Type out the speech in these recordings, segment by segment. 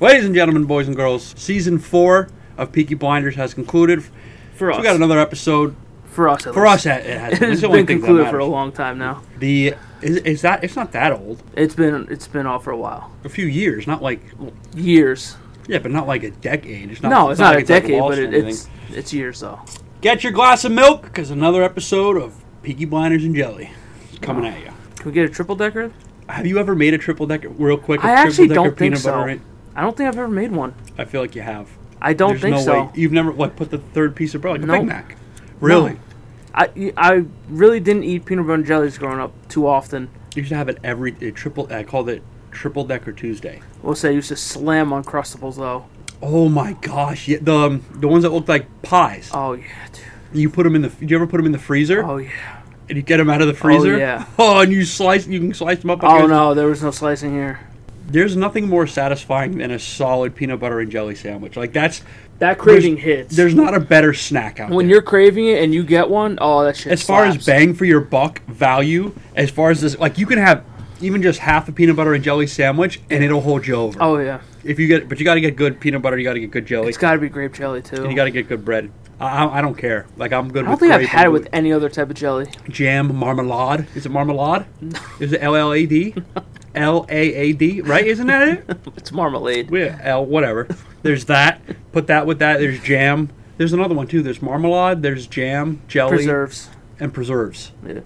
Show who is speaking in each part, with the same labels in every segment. Speaker 1: Ladies and gentlemen, boys and girls, season four of Peaky Blinders has concluded.
Speaker 2: For us,
Speaker 1: So we got another episode
Speaker 2: for us, at
Speaker 1: for us.
Speaker 2: least.
Speaker 1: It has
Speaker 2: it
Speaker 1: it's
Speaker 2: has
Speaker 1: the only
Speaker 2: been
Speaker 1: thing that
Speaker 2: concluded for a
Speaker 1: matters.
Speaker 2: long time now.
Speaker 1: The is, is that it's not that old.
Speaker 2: It's been it's been off for a while,
Speaker 1: A few years, not like
Speaker 2: years.
Speaker 1: yeah, but not like a decade. It's not,
Speaker 2: No, it's not,
Speaker 1: like
Speaker 2: a decade,
Speaker 1: lost
Speaker 2: but
Speaker 1: or
Speaker 2: it,
Speaker 1: anything.
Speaker 2: it's it's years though.
Speaker 1: get your glass of milk because another episode of Peaky Blinders and Jelly is coming at you.
Speaker 2: Can we get a triple decker?
Speaker 1: Have you ever made a triple decker real quick? a
Speaker 2: I actually
Speaker 1: triple-decker
Speaker 2: don't think
Speaker 1: peanut
Speaker 2: so.
Speaker 1: butter and-
Speaker 2: I don't think I've ever made one.
Speaker 1: I feel like you have.
Speaker 2: I don't
Speaker 1: There's
Speaker 2: think
Speaker 1: no
Speaker 2: so.
Speaker 1: Way. You've never what put the third piece of bread like a
Speaker 2: Nope.
Speaker 1: Big Mac. Really?
Speaker 2: I I really didn't eat peanut butter and jellies growing up too often.
Speaker 1: You used to have it every uh, triple. I called it triple decker Tuesday.
Speaker 2: We'll say I used to slam on crustables though.
Speaker 1: Oh my gosh! Yeah, the um, the ones that looked like pies.
Speaker 2: Oh yeah, dude.
Speaker 1: you put them in the. Do you ever put them in the freezer?
Speaker 2: oh yeah.
Speaker 1: And you get them out of the freezer.
Speaker 2: yeah.
Speaker 1: Oh, and you slice. You can slice them up. like
Speaker 2: Oh
Speaker 1: this.
Speaker 2: no, there was no slicing here.
Speaker 1: There's nothing more satisfying than a solid peanut butter and jelly sandwich. Like that's.
Speaker 2: That
Speaker 1: there's-
Speaker 2: craving hits.
Speaker 1: There's not a better snack out
Speaker 2: when
Speaker 1: there.
Speaker 2: you're craving it and you get one, oh that shit.
Speaker 1: as far as
Speaker 2: slaps.
Speaker 1: bang for your buck value, as far as this, like you can have even just half a peanut butter and jelly sandwich, and it'll hold you over.
Speaker 2: Oh yeah,
Speaker 1: If you get, but you got to get good peanut butter. You got to get good jelly.
Speaker 2: it's got to be grape jelly too.
Speaker 1: and you got to get good bread. I, I, I don't care. Like I'm good.
Speaker 2: I don't
Speaker 1: with
Speaker 2: think I've
Speaker 1: grape,
Speaker 2: had it
Speaker 1: I'm
Speaker 2: with
Speaker 1: good
Speaker 2: any other type of jelly.
Speaker 1: jam marmalade. Is it marmalade? Is it L L A D? L A A D. Right? Isn't that it?
Speaker 2: It's marmalade.
Speaker 1: Yeah. L whatever. There's that. Put that with that. There's jam. There's another one too. There's marmalade. There's jam, jelly,
Speaker 2: Preserves.
Speaker 1: and preserves.
Speaker 2: Yeah.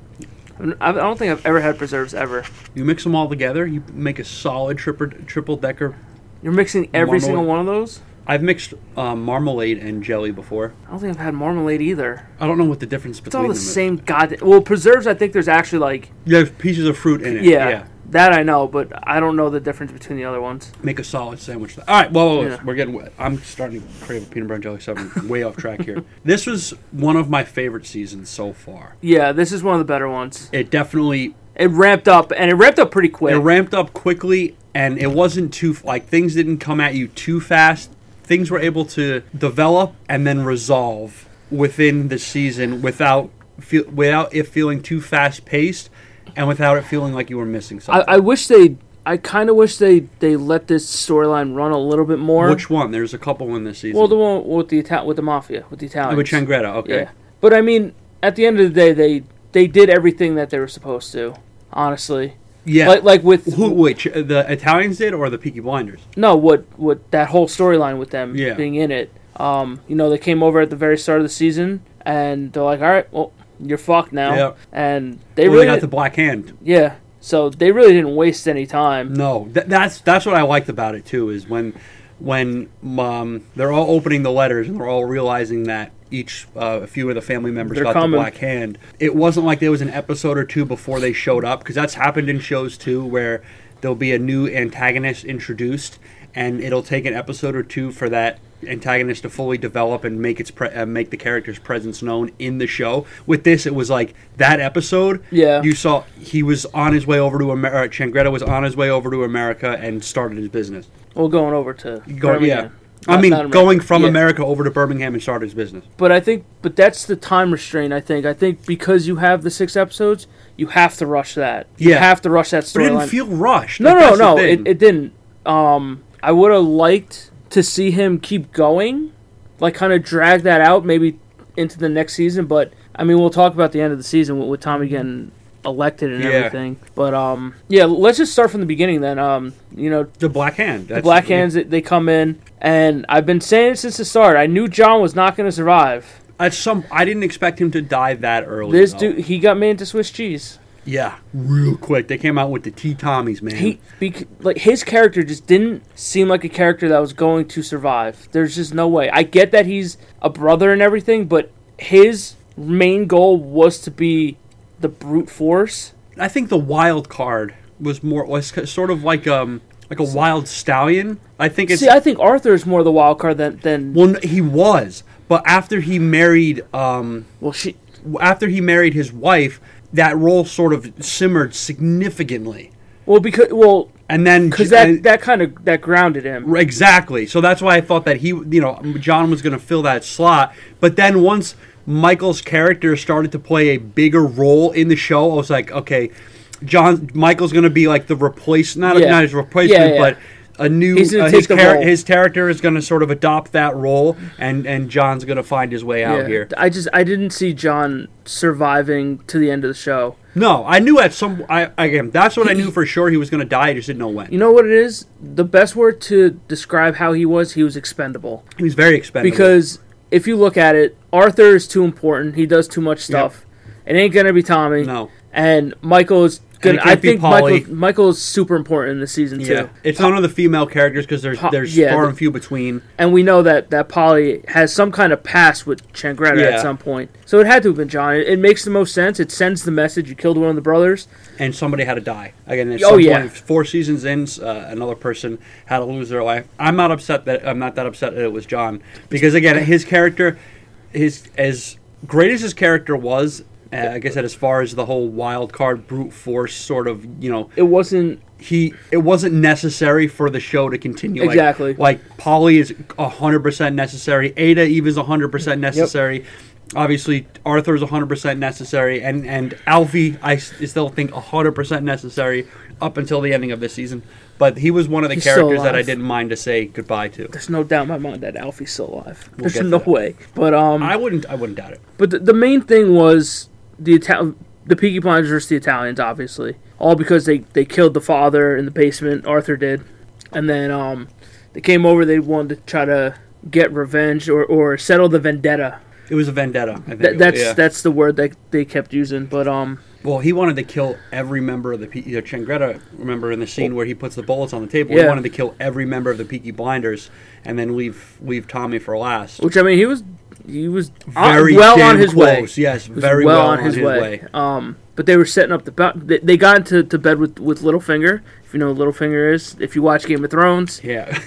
Speaker 2: I I don't think I've ever had preserves ever.
Speaker 1: You mix them all together. You make a solid triple triple decker.
Speaker 2: You're mixing every
Speaker 1: Marmalade.
Speaker 2: single one of those.
Speaker 1: I've mixed um, marmalade and jelly before.
Speaker 2: I don't think I've had marmalade either.
Speaker 1: I don't know what the difference
Speaker 2: It's
Speaker 1: between
Speaker 2: all the
Speaker 1: them is.
Speaker 2: same goddamn. Well, preserves. I think there's actually like
Speaker 1: You have pieces of fruit in it.
Speaker 2: yeah, that I know, but I don't know the difference between the other ones.
Speaker 1: make a solid sandwich. All right, well,
Speaker 2: Yeah.
Speaker 1: we're getting. I'm starting to crave a peanut butter and jelly sandwich. I'm way off track here. This was one of my favorite seasons so far.
Speaker 2: Yeah, this is one of the better ones.
Speaker 1: It definitely
Speaker 2: It ramped up, and it ramped up pretty
Speaker 1: it
Speaker 2: quick.
Speaker 1: ramped up quickly, and it wasn't too like things didn't come at you too fast. Things were able to develop and then resolve within the season without feel, without it feeling too fast paced, and without it feeling like you were missing
Speaker 2: I,
Speaker 1: something.
Speaker 2: I wish they. I kind of wish they they let this storyline run a little bit more.
Speaker 1: Which one? There's a couple in this season.
Speaker 2: well, the one with the Ita- with the mafia, with the Italians.
Speaker 1: with Changreta. Okay.
Speaker 2: Yeah, but I mean, at the end of the day, they they did everything that they were supposed to. Honestly,
Speaker 1: Yeah.
Speaker 2: like like with
Speaker 1: Who, wait, Ch- the Italians did or the Peaky Blinders?
Speaker 2: no, what what that whole storyline with them
Speaker 1: Yeah.
Speaker 2: being in it. Um, you know, they came over at the very start of the season, and they're like, "All right, well, you're fucked now."
Speaker 1: Yeah.
Speaker 2: And they
Speaker 1: Well,
Speaker 2: really,
Speaker 1: they got the Mm.
Speaker 2: didn't-
Speaker 1: black hand.
Speaker 2: yeah. So they really didn't waste any time.
Speaker 1: No, th- that's that's what I liked about it too. Is when when um, they're all opening the letters and they're all realizing that each uh, a few of the family members
Speaker 2: They're
Speaker 1: got the
Speaker 2: coming.
Speaker 1: black hand. It wasn't like there was an episode or two before they showed up because that's happened in shows too where there'll be a new antagonist introduced and it'll take an episode or two for that antagonist to fully develop and make its pre- uh, make the character's presence known in the show. With this, it was like that episode.
Speaker 2: Yeah.
Speaker 1: you saw he was on his way over to America. Changreta was on his way over to America and started his business.
Speaker 2: Well, going over to
Speaker 1: Go- yeah.
Speaker 2: Birmingham.
Speaker 1: I
Speaker 2: Not-
Speaker 1: mean,
Speaker 2: not America.
Speaker 1: going from
Speaker 2: Yeah.
Speaker 1: America over to Birmingham and started his business.
Speaker 2: But I think, but that's the time restraint. I think. I think because you have the six episodes, you have to rush that. You
Speaker 1: Yeah.
Speaker 2: have to rush that
Speaker 1: But it
Speaker 2: storyline.
Speaker 1: didn't feel rushed.
Speaker 2: No,
Speaker 1: Like,
Speaker 2: no,
Speaker 1: that's the
Speaker 2: no.
Speaker 1: thing.
Speaker 2: It, it didn't. Um, I would have liked to see him keep going, like kind of drag that out maybe into the next season. But I mean, we'll talk about the end of the season with, with Tommy getting elected and
Speaker 1: Yeah.
Speaker 2: everything. But um, yeah, let's just start from the beginning then. Um, you know,
Speaker 1: the Black Hand.
Speaker 2: the
Speaker 1: That's-
Speaker 2: Black Hands they- they come in, and I've been saying it since the start. I knew John was not going to survive.
Speaker 1: At some, I didn't expect him to die that early.
Speaker 2: This
Speaker 1: though.
Speaker 2: dude, he got made into Swiss cheese.
Speaker 1: yeah, real quick. They came out with the T Tommies, man.
Speaker 2: he bec- like his character just didn't seem like a character that was going to survive. There's just no way. I get that he's a brother and everything, but his main goal was to be the brute force.
Speaker 1: I think the wild card was more was ca- sort of like um like a wild stallion. I think it's
Speaker 2: See, I think Arthur is more the wild card than than well,
Speaker 1: well n- he was, but after he married um
Speaker 2: she.
Speaker 1: after he married his wife, that role sort of simmered significantly.
Speaker 2: Well, because well,
Speaker 1: And then
Speaker 2: because
Speaker 1: and-
Speaker 2: that that kind of that grounded him.
Speaker 1: Exactly. So that's why I thought that he, you know, John was going to fill that slot. But then once Michael's character started to play a bigger role in the show, I was like, okay, John Michael's going to be like the replace not
Speaker 2: Yeah.
Speaker 1: not his replacement,
Speaker 2: Yeah, yeah.
Speaker 1: but a new
Speaker 2: He's gonna
Speaker 1: uh,
Speaker 2: take
Speaker 1: his,
Speaker 2: the
Speaker 1: char-
Speaker 2: role.
Speaker 1: his character is going to sort of adopt that role, and and John's going to find his way out
Speaker 2: Yeah.
Speaker 1: here.
Speaker 2: I just I didn't see John surviving to the end of the show.
Speaker 1: No, I knew at some. I again, that's what I knew for sure. He was going to die. I just didn't know when.
Speaker 2: You know what it is? The best word to describe how he was, he was expendable.
Speaker 1: He was very expendable.
Speaker 2: Because if you look at it, Arthur is too important. He does too much stuff. It ain't gonna be Tommy.
Speaker 1: no,
Speaker 2: And Michael is
Speaker 1: And
Speaker 2: gonna
Speaker 1: it
Speaker 2: I
Speaker 1: can't be
Speaker 2: think
Speaker 1: Polly.
Speaker 2: Michael Michael is super important in this season
Speaker 1: yeah,
Speaker 2: too.
Speaker 1: it's none of the female characters because there's
Speaker 2: Po-
Speaker 1: there's
Speaker 2: yeah,
Speaker 1: far
Speaker 2: the-
Speaker 1: and few between.
Speaker 2: And we know that that Polly has some kind of past with Changreta at
Speaker 1: Yeah.
Speaker 2: some point. So it had to have been John. It, it makes the most sense. It sends the message you killed one of the brothers.
Speaker 1: and somebody had to die again. At
Speaker 2: Oh,
Speaker 1: some
Speaker 2: yeah.
Speaker 1: point, four seasons in, uh, another person had to lose their life. I'm not upset that I'm not that upset that it was John because again, his character, his as great as his character was, uh, I guess that as far as the whole wild card brute force sort of you know
Speaker 2: It wasn't
Speaker 1: he it wasn't necessary for the show to continue. Like-
Speaker 2: Exactly.
Speaker 1: Like, Polly is hundred percent necessary. Ada Eve is hundred percent necessary. Obviously, Arthur is hundred percent necessary, and and Alfie I s- still think hundred percent necessary up until the ending of this season. But he was one of the
Speaker 2: He's still
Speaker 1: characters that I
Speaker 2: alive.
Speaker 1: didn't mind to say goodbye to.
Speaker 2: there's no doubt in my mind that Alfie's still alive. There's
Speaker 1: get to
Speaker 2: no
Speaker 1: that.
Speaker 2: way. But um,
Speaker 1: I wouldn't I wouldn't doubt it.
Speaker 2: but the, the main thing was the Ital- the Peaky Blinders versus the Italians, obviously, all because they they killed the father in the basement. Arthur did, and then um, they came over. They wanted to try to get revenge or, or settle the vendetta.
Speaker 1: It was a vendetta. I think
Speaker 2: That,
Speaker 1: it-
Speaker 2: that's
Speaker 1: yeah.
Speaker 2: that's the word that they kept using. But um,
Speaker 1: Well, he wanted to kill every member of the Pe- you know, Changreta. Remember in the scene where he puts the bullets on the table, he
Speaker 2: Oh. Yeah.
Speaker 1: wanted to kill every member of the Peaky Blinders, and then leave leave Tommy for last.
Speaker 2: which I mean, he was he was on-
Speaker 1: Very
Speaker 2: Uh, well
Speaker 1: damn
Speaker 2: on his way.
Speaker 1: close, yes,
Speaker 2: was
Speaker 1: very well on his way.
Speaker 2: Um, but they were setting up the bo- they, they got into to bed with with Littlefinger. If you know who Littlefinger is, if you watch Game of Thrones,
Speaker 1: Yeah,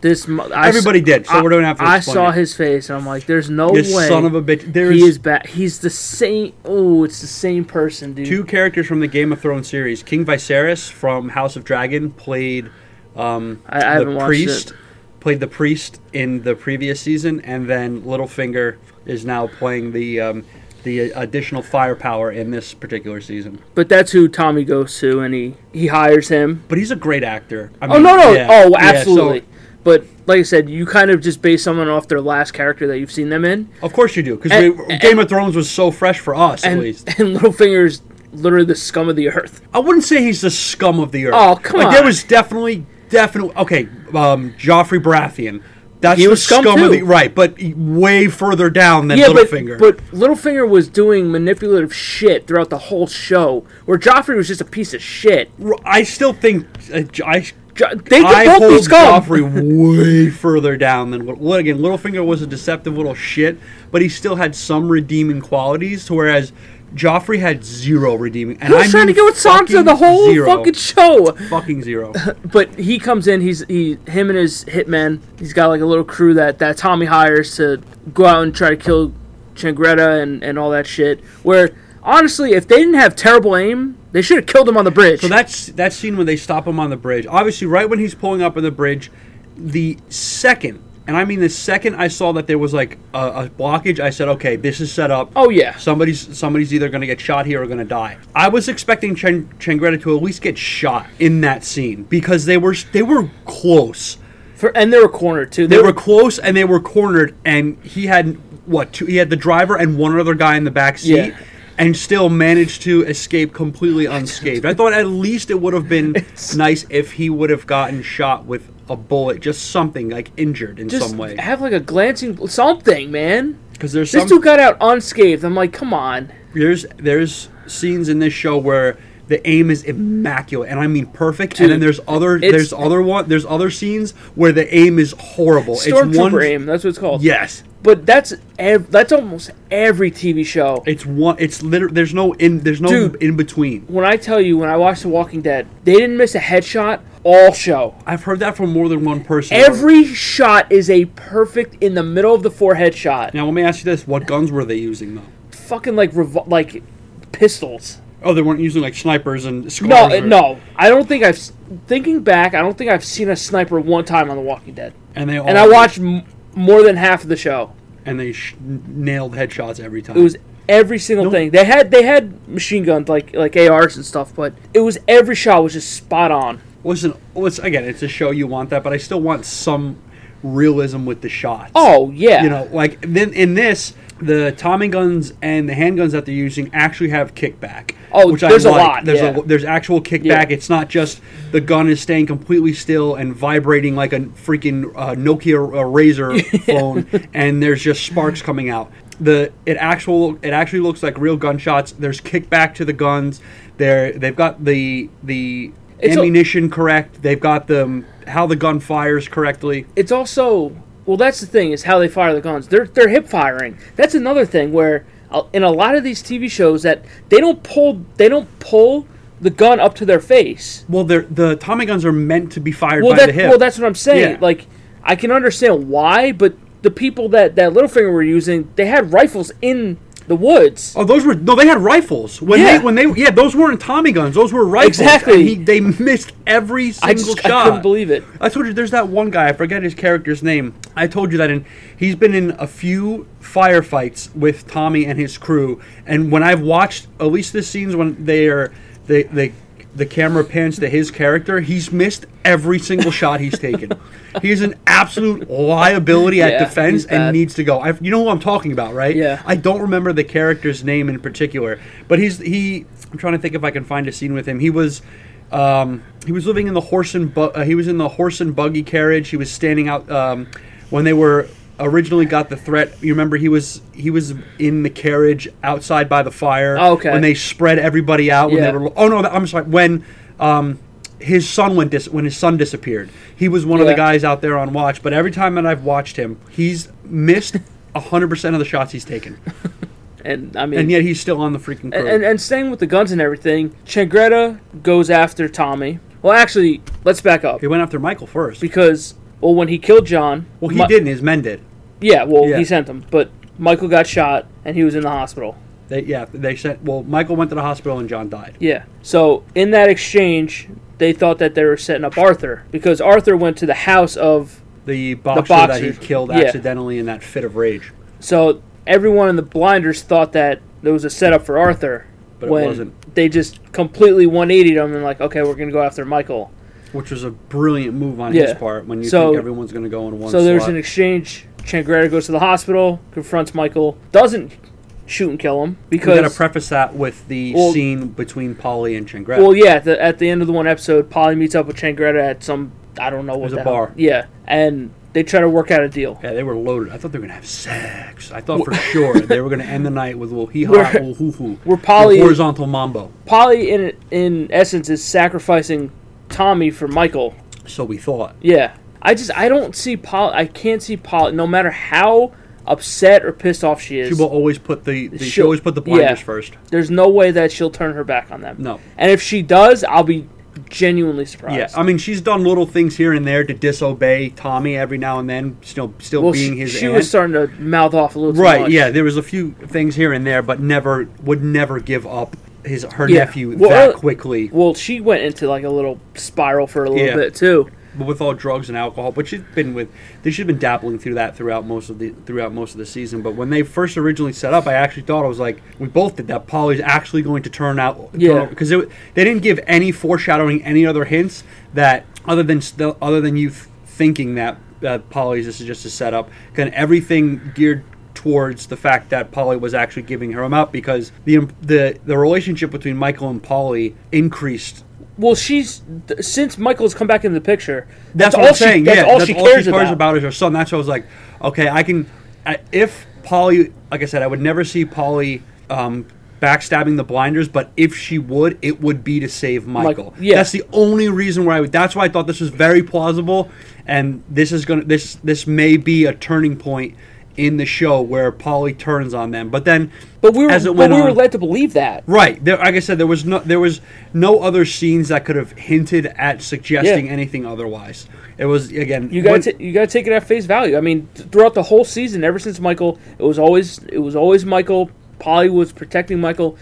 Speaker 2: this mo- I s-
Speaker 1: everybody did. So
Speaker 2: I-
Speaker 1: we don't have to.
Speaker 2: I
Speaker 1: explain
Speaker 2: saw
Speaker 1: it.
Speaker 2: his face, and I'm like, "There's no
Speaker 1: This
Speaker 2: way."
Speaker 1: son of a bitch. There
Speaker 2: he
Speaker 1: is
Speaker 2: is back. He's the same. Oh, it's the same person, dude.
Speaker 1: two characters from the Game of Thrones series. King Viserys from House of Dragon played um,
Speaker 2: I- I haven't
Speaker 1: the
Speaker 2: watched
Speaker 1: priest.
Speaker 2: it.
Speaker 1: Played the priest in the previous season, and then Littlefinger is now playing the um, the additional firepower in this particular season.
Speaker 2: But that's who Tommy goes to, and he he hires him.
Speaker 1: But he's a great actor. I
Speaker 2: Oh no, no.
Speaker 1: yeah, yeah,
Speaker 2: oh,
Speaker 1: so-
Speaker 2: absolutely. but like I said, you kind of just base someone off their last character that you've seen them in,
Speaker 1: of course you do, because
Speaker 2: And-
Speaker 1: Game of Thrones was so fresh for us, at
Speaker 2: and
Speaker 1: least.
Speaker 2: and Littlefinger's literally the scum of the earth.
Speaker 1: I wouldn't say he's the scum of the earth.
Speaker 2: Oh, come
Speaker 1: like, There
Speaker 2: on.
Speaker 1: was definitely, definitely. Okay, um, Joffrey Baratheon. That's
Speaker 2: He
Speaker 1: the
Speaker 2: was scum,
Speaker 1: of the
Speaker 2: too.
Speaker 1: right, but way further down than
Speaker 2: Yeah, but
Speaker 1: Littlefinger.
Speaker 2: but Littlefinger was doing manipulative shit throughout the whole show, where Joffrey was just a piece of shit.
Speaker 1: R- I still think uh, J- I.
Speaker 2: Jo- they could
Speaker 1: I
Speaker 2: both be
Speaker 1: hold
Speaker 2: scum.
Speaker 1: Joffrey way further down than what well, again. Littlefinger was a deceptive little shit, but he still had some redeeming qualities. Whereas Joffrey had zero redeeming. And
Speaker 2: He was
Speaker 1: I
Speaker 2: trying to
Speaker 1: mean
Speaker 2: get with Sansa
Speaker 1: fucking
Speaker 2: the whole
Speaker 1: zero.
Speaker 2: fucking show.
Speaker 1: fucking zero.
Speaker 2: But he comes in. He's he him and his hitman. He's got like a little crew that that Tommy hires to go out and try to kill Changreta and and all that shit. Where honestly, if they didn't have terrible aim, they should have killed him on the bridge.
Speaker 1: So that's that scene when they stop him on the bridge. Obviously, right when he's pulling up on the bridge, the second, and I mean the second, I saw that there was like a, a blockage. I said, "Okay, this is set up.
Speaker 2: oh yeah,
Speaker 1: somebody's somebody's either going to get shot here or going to die." I was expecting Chen Changreta to at least get shot in that scene because they were they were close.
Speaker 2: For, and they were cornered too.
Speaker 1: They were close and they were cornered, and he had what? Two, he had the driver and one other guy in the back seat.
Speaker 2: Yeah.
Speaker 1: And still managed to escape completely unscathed. I thought at least it would have been nice if he would have gotten shot with a bullet, just something like injured in
Speaker 2: just
Speaker 1: some way.
Speaker 2: have like a glancing something, man.
Speaker 1: Because there's
Speaker 2: This
Speaker 1: some
Speaker 2: dude got out unscathed. I'm like, come on.
Speaker 1: there's there's scenes in this show where the aim is immaculate, and I mean perfect.
Speaker 2: Dude,
Speaker 1: and then there's other
Speaker 2: it's-
Speaker 1: there's other one there's other scenes where the aim is horrible.
Speaker 2: Stormtrooper
Speaker 1: it's one
Speaker 2: aim. That's what it's called.
Speaker 1: Yes,
Speaker 2: But that's ev- that's almost every TV show.
Speaker 1: It's one. It's literally there's no in there's no
Speaker 2: Dude.
Speaker 1: in between.
Speaker 2: when I tell you, when I watched The Walking Dead, they didn't miss a headshot all show.
Speaker 1: I've heard that from more than one person.
Speaker 2: Every shot is a perfect in the middle of the forehead shot.
Speaker 1: now let me ask you this: What guns were they using though?
Speaker 2: Fucking like revol- like pistols.
Speaker 1: Oh, they weren't using like snipers and
Speaker 2: No,
Speaker 1: scores
Speaker 2: uh,
Speaker 1: or-
Speaker 2: no. I don't think I've s- thinking back. I don't think I've seen a sniper one time on The Walking Dead.
Speaker 1: And they all,
Speaker 2: And I watched m- more than half of the show.
Speaker 1: and they sh- nailed headshots every time.
Speaker 2: It was every single thing. They had they had machine guns like like ARs and stuff, but it was every shot was just spot on.
Speaker 1: wasn't was again it's a show you want that but i still want some realism with the shots
Speaker 2: Oh yeah,
Speaker 1: you know like then in this the tommy guns and the handguns that they're using actually have kickback
Speaker 2: Oh, there's a lot,
Speaker 1: there's
Speaker 2: yeah.
Speaker 1: a there's actual kickback
Speaker 2: Yeah.
Speaker 1: it's not just the gun is staying completely still and vibrating like a freaking uh, nokia uh, razor phone and there's just sparks coming out the it actual it actually looks like real gunshots there's kickback to the guns they they've got the the
Speaker 2: It's a-
Speaker 1: ammunition correct they've got the how the gun fires correctly
Speaker 2: it's also well that's the thing is how they fire the guns they're they're hip firing that's another thing where uh, in a lot of these tv shows that they don't pull they don't pull the gun up to their face
Speaker 1: Well, they're, the Tommy guns are meant to be fired
Speaker 2: well
Speaker 1: by
Speaker 2: that
Speaker 1: the hip.
Speaker 2: well that's what i'm saying
Speaker 1: Yeah.
Speaker 2: like i can understand why but the people that that Littlefinger were using they had rifles in the woods
Speaker 1: oh, those were no, they had rifles when
Speaker 2: Yeah.
Speaker 1: they when they yeah, those weren't Tommy guns, those were rifles.
Speaker 2: Exactly.
Speaker 1: And he, they missed every single
Speaker 2: i just
Speaker 1: shot.
Speaker 2: I couldn't believe it
Speaker 1: I told you there's that one guy, I forget his character's name. I told you that in he's been in a few firefights with Tommy and his crew, and when I've watched at least the scenes when they are they they the camera pans to his character, he's missed every single shot he's taken. He is an absolute liability at
Speaker 2: Yeah,
Speaker 1: defense
Speaker 2: he's bad.
Speaker 1: and needs to go. I, you know who I'm talking about, right?
Speaker 2: Yeah.
Speaker 1: I don't remember the character's name in particular, but he's he. I'm trying to think if I can find a scene with him. He was, um, he was living in the horse and bu- uh, he was in the horse and buggy carriage. He was standing out um, when they were originally got the threat. You remember he was he was in the carriage outside by the fire.
Speaker 2: Oh, okay.
Speaker 1: When they spread everybody out. When
Speaker 2: Yeah.
Speaker 1: they were. Oh no! I'm sorry. When. Um, his son went dis- when his son disappeared. He was one of the
Speaker 2: Yeah.
Speaker 1: guys out there on watch, but every time that I've watched him, he's missed 100% of the shots he's taken
Speaker 2: and i mean
Speaker 1: and yet he's still on the freaking crew.
Speaker 2: And, and, and staying with the guns and everything, Changreta goes after Tommy. Well, actually, let's back up
Speaker 1: he went after Michael first.
Speaker 2: because well, when he killed John,
Speaker 1: Well, he
Speaker 2: Mi-
Speaker 1: didn't. His men did.
Speaker 2: Yeah, well,
Speaker 1: Yeah.
Speaker 2: he sent him, but Michael got shot and he was in the hospital.
Speaker 1: They, yeah, they sent. Well, Michael went to the hospital and John died.
Speaker 2: Yeah. So in that exchange, they thought that they were setting up Arthur because Arthur went to the house of
Speaker 1: The boxer, that he
Speaker 2: boxer.
Speaker 1: killed
Speaker 2: Yeah.
Speaker 1: accidentally in that fit of rage,
Speaker 2: so everyone in the blinders thought that there was a setup for Arthur.
Speaker 1: But it
Speaker 2: when
Speaker 1: wasn't.
Speaker 2: They just completely 180'd him and like, okay, we're gonna go after Michael.
Speaker 1: which was a brilliant move on his
Speaker 2: Yeah.
Speaker 1: part when you
Speaker 2: So-
Speaker 1: think everyone's going to go in one
Speaker 2: So there's
Speaker 1: slot.
Speaker 2: an exchange. Changreta goes to the hospital, confronts Michael, doesn't shoot and kill him
Speaker 1: we got to
Speaker 2: because.
Speaker 1: preface that with the
Speaker 2: Well-
Speaker 1: scene between Polly and Chengreta.
Speaker 2: well, yeah, at the, at the end of the one episode, Polly meets up with Changreta at some I don't know what
Speaker 1: There's a
Speaker 2: the hell-
Speaker 1: bar.
Speaker 2: Yeah, and they try to work out a deal.
Speaker 1: yeah, they were loaded. I thought they were going to have sex. I thought for sure they were going to end the night with a little hee ha,
Speaker 2: We're-
Speaker 1: little hoo hoo.
Speaker 2: we're Polly-
Speaker 1: horizontal mambo.
Speaker 2: Polly, in in essence, is sacrificing Tommy for Michael.
Speaker 1: So we thought.
Speaker 2: Yeah, I just I don't see Polly. I can't see Polly, no matter how upset or pissed off she is.
Speaker 1: She will always put the, the she
Speaker 2: She'll-
Speaker 1: always put the blinders
Speaker 2: yeah.
Speaker 1: first.
Speaker 2: There's no way that she'll turn her back on them.
Speaker 1: No.
Speaker 2: and if she does, I'll be genuinely surprised.
Speaker 1: Yeah, I mean she's done little things here and there to disobey Tommy every now and then, still still
Speaker 2: Well,
Speaker 1: being
Speaker 2: she,
Speaker 1: his
Speaker 2: she
Speaker 1: aunt.
Speaker 2: was starting to mouth off a little too
Speaker 1: right,
Speaker 2: much.
Speaker 1: yeah, there was a few things here and there, but never would never give up his her
Speaker 2: Yeah.
Speaker 1: nephew
Speaker 2: Well,
Speaker 1: that
Speaker 2: uh,
Speaker 1: quickly.
Speaker 2: Well, she went into like a little spiral for a little
Speaker 1: Yeah.
Speaker 2: bit too.
Speaker 1: But with all drugs and alcohol, but she's been with they she's been dabbling through that throughout most of the throughout most of the season. But when they first originally set up, I actually thought I was like, we both did that. Polly's actually going to turn out,
Speaker 2: Yeah.
Speaker 1: because they didn't give any foreshadowing, any other hints that other than st- other than you th- thinking that uh, Polly's this is just a setup. Kind of everything geared towards the fact that Polly was actually giving her him up because the im- the the relationship between Michael and Polly increased
Speaker 2: Well, she's th- since Michael's come back in the picture.
Speaker 1: that's,
Speaker 2: all
Speaker 1: all I'm
Speaker 2: she,
Speaker 1: saying.
Speaker 2: That's
Speaker 1: yeah,
Speaker 2: all
Speaker 1: that's
Speaker 2: she
Speaker 1: all
Speaker 2: cares
Speaker 1: she cares
Speaker 2: about.
Speaker 1: about. is her son. That's why I was like, okay, I can. I, if Polly, like I said, I would never see Polly um, backstabbing the blinders, but if she would, it would be to save Michael.
Speaker 2: yeah.
Speaker 1: that's the only reason where I. would That's why I thought this was very plausible, and this is gonna this this may be a turning point in the show where Polly turns on them. But then,
Speaker 2: But we were,
Speaker 1: as it
Speaker 2: but
Speaker 1: went
Speaker 2: we were
Speaker 1: on-
Speaker 2: led to believe that.
Speaker 1: Right. There, like I said, there was no there was no other scenes that could have hinted at suggesting
Speaker 2: Yeah.
Speaker 1: anything otherwise. It was again.
Speaker 2: You got
Speaker 1: when-
Speaker 2: to you got to take it at face value. I mean, th- throughout the whole season, ever since Michael, it was always it was always Michael. Polly was protecting Michael,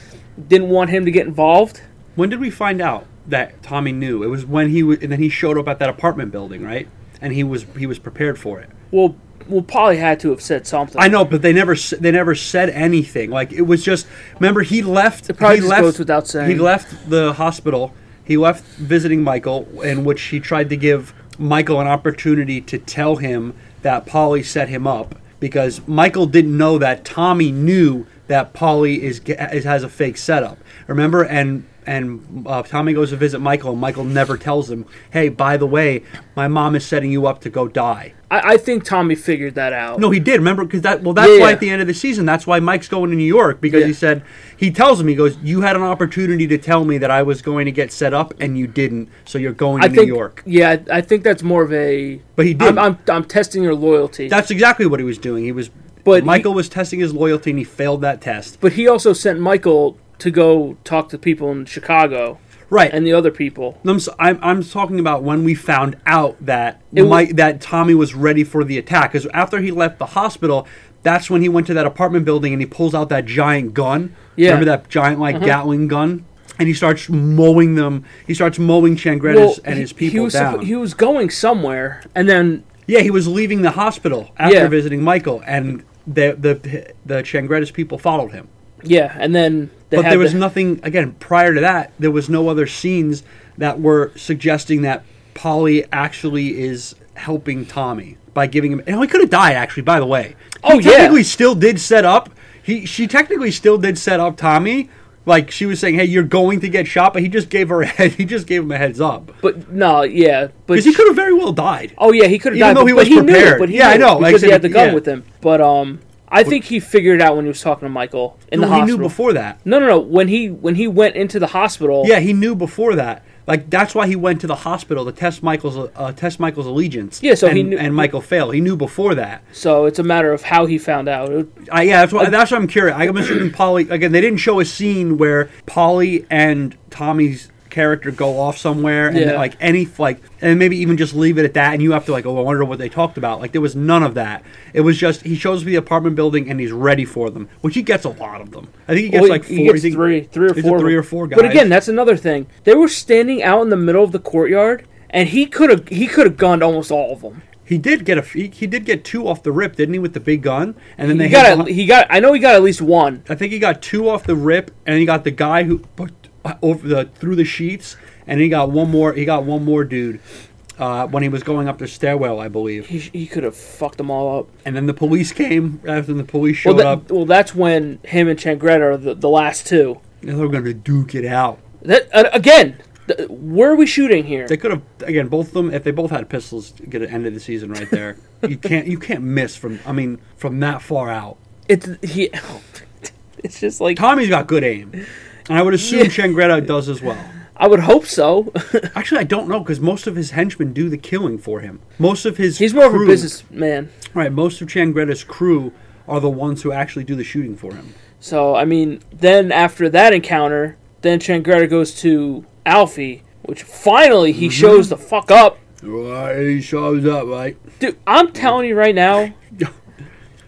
Speaker 2: didn't want him to get involved.
Speaker 1: When did we find out that Tommy knew? It was when he was, and then he showed up at that apartment building, right? And he was he was prepared for it.
Speaker 2: Well, well, Polly had to have said something.
Speaker 1: I know, but they never s- they never said anything. Like it was just remember he left.
Speaker 2: probably
Speaker 1: he
Speaker 2: just
Speaker 1: left
Speaker 2: goes without saying.
Speaker 1: He left the hospital. He left visiting Michael, in which he tried to give Michael an opportunity to tell him that Polly set him up because Michael didn't know that Tommy knew that Polly is, is has a fake setup. Remember, and and uh, Tommy goes to visit Michael, and Michael never tells him, "Hey, by the way, my mom is setting you up to go die."
Speaker 2: I, I think Tommy figured that out.
Speaker 1: No, he did. Remember, because that well, that's
Speaker 2: Yeah.
Speaker 1: why at the end of the season, that's why Mike's going to New York because
Speaker 2: Yeah.
Speaker 1: he said he tells him he goes, "You had an opportunity to tell me that I was going to get set up, and you didn't, so you're going
Speaker 2: I
Speaker 1: to
Speaker 2: think,
Speaker 1: New York."
Speaker 2: Yeah, I I think that's more of a.
Speaker 1: But he
Speaker 2: I'm,
Speaker 1: did.
Speaker 2: I'm, I'm testing your loyalty.
Speaker 1: That's exactly what he was doing. He was,
Speaker 2: But
Speaker 1: but
Speaker 2: he-
Speaker 1: Michael was testing his loyalty, and he failed that test.
Speaker 2: but he also sent Michael to go talk to people in Chicago
Speaker 1: Right.
Speaker 2: and the other people.
Speaker 1: I'm, s- I'm, I'm talking about when we found out that
Speaker 2: It was-
Speaker 1: Mike, that Tommy was ready for the attack. Because after he left the hospital, that's when he went to that apartment building and he pulls out that giant gun.
Speaker 2: Yeah. Uh-huh.
Speaker 1: Remember that giant like Gatling gun? And he starts mowing them. He starts mowing Changretas and
Speaker 2: he-
Speaker 1: his people
Speaker 2: he was,
Speaker 1: down.
Speaker 2: He was going somewhere, and then
Speaker 1: yeah, he was leaving the hospital after
Speaker 2: Yeah.
Speaker 1: visiting Michael, and the the the Changretas people followed him.
Speaker 2: yeah, and then they
Speaker 1: but
Speaker 2: had
Speaker 1: there was
Speaker 2: the-
Speaker 1: nothing again prior to that there was no other scenes that were suggesting that polly actually is helping tommy by giving him and he could have died actually by the way he
Speaker 2: Oh, yeah.
Speaker 1: technically still did set up he she technically still did set up tommy like she was saying hey you're going to get shot but he just gave her a head he just gave him a heads up
Speaker 2: But no, yeah, but
Speaker 1: because he could have very well died
Speaker 2: Oh yeah, he could have
Speaker 1: Even
Speaker 2: died,
Speaker 1: though
Speaker 2: but,
Speaker 1: he
Speaker 2: but
Speaker 1: was
Speaker 2: he knew.
Speaker 1: prepared.
Speaker 2: But he
Speaker 1: Yeah, I
Speaker 2: knew,
Speaker 1: know, like I
Speaker 2: because he
Speaker 1: said,
Speaker 2: had the gun
Speaker 1: yeah.
Speaker 2: with him. But um, I think he figured it out when he was talking to Michael in
Speaker 1: No,
Speaker 2: the
Speaker 1: he
Speaker 2: hospital.
Speaker 1: knew before that
Speaker 2: No, no, no. When he when he went into the hospital,
Speaker 1: yeah he knew before that like that's why he went to the hospital to test Michael's uh, test Michael's allegiance.
Speaker 2: Yeah, so
Speaker 1: and,
Speaker 2: he knew-
Speaker 1: and Michael failed. He knew before that.
Speaker 2: So it's a matter of how he found out. It-
Speaker 1: I yeah, that's what, that's what I'm curious. I'm assuming Polly again. They didn't show a scene where Polly and Tommy's character go off somewhere and
Speaker 2: Yeah.
Speaker 1: like any like and maybe even just leave it at that and you have to like oh I wonder what they talked about like there was none of that it was just he shows up at the apartment building and he's ready for them which he gets a lot of them I think he gets
Speaker 2: well,
Speaker 1: like four
Speaker 2: he gets
Speaker 1: I think-
Speaker 2: three, three or
Speaker 1: is it
Speaker 2: four, of
Speaker 1: three
Speaker 2: them.
Speaker 1: or four guys
Speaker 2: But again, that's another thing. They were standing out in the middle of the courtyard, and he could have he could have gunned almost all of them.
Speaker 1: he did get a f- he, he did get two off the rip didn't he with the big gun and then they
Speaker 2: He
Speaker 1: hit
Speaker 2: got
Speaker 1: behind-
Speaker 2: at, he got I know he got at least one.
Speaker 1: I think he got two off the rip, and he got the guy who put uh, over the through the sheets, and he got one more. He got one more dude uh, when he was going up the stairwell, I believe.
Speaker 2: He, sh- he could have fucked them all up.
Speaker 1: And then the police came after the police
Speaker 2: Well,
Speaker 1: showed
Speaker 2: that,
Speaker 1: up,
Speaker 2: well, that's when him and Changretta are the, the last two.
Speaker 1: and they were going to duke it out.
Speaker 2: That uh, again, th- where are we shooting here?
Speaker 1: They could have again both of them if they both had pistols. Get an end of the season right there. you can't you can't miss from I mean from that far out.
Speaker 2: It's he. It's just like
Speaker 1: Tommy's got good aim, and I would assume Changretta does as well.
Speaker 2: I would hope so.
Speaker 1: Actually, I don't know because most of his henchmen do the killing for him. Most of his
Speaker 2: He's more of a
Speaker 1: crew-
Speaker 2: businessman.
Speaker 1: Right, most of Changreta's crew are the ones who actually do the shooting for him.
Speaker 2: So I mean, then after that encounter, then Changretta goes to Alfie, which finally
Speaker 1: Mm-hmm.
Speaker 2: he shows the fuck up.
Speaker 1: Right, shows up, right?
Speaker 2: Dude, I'm telling you right now,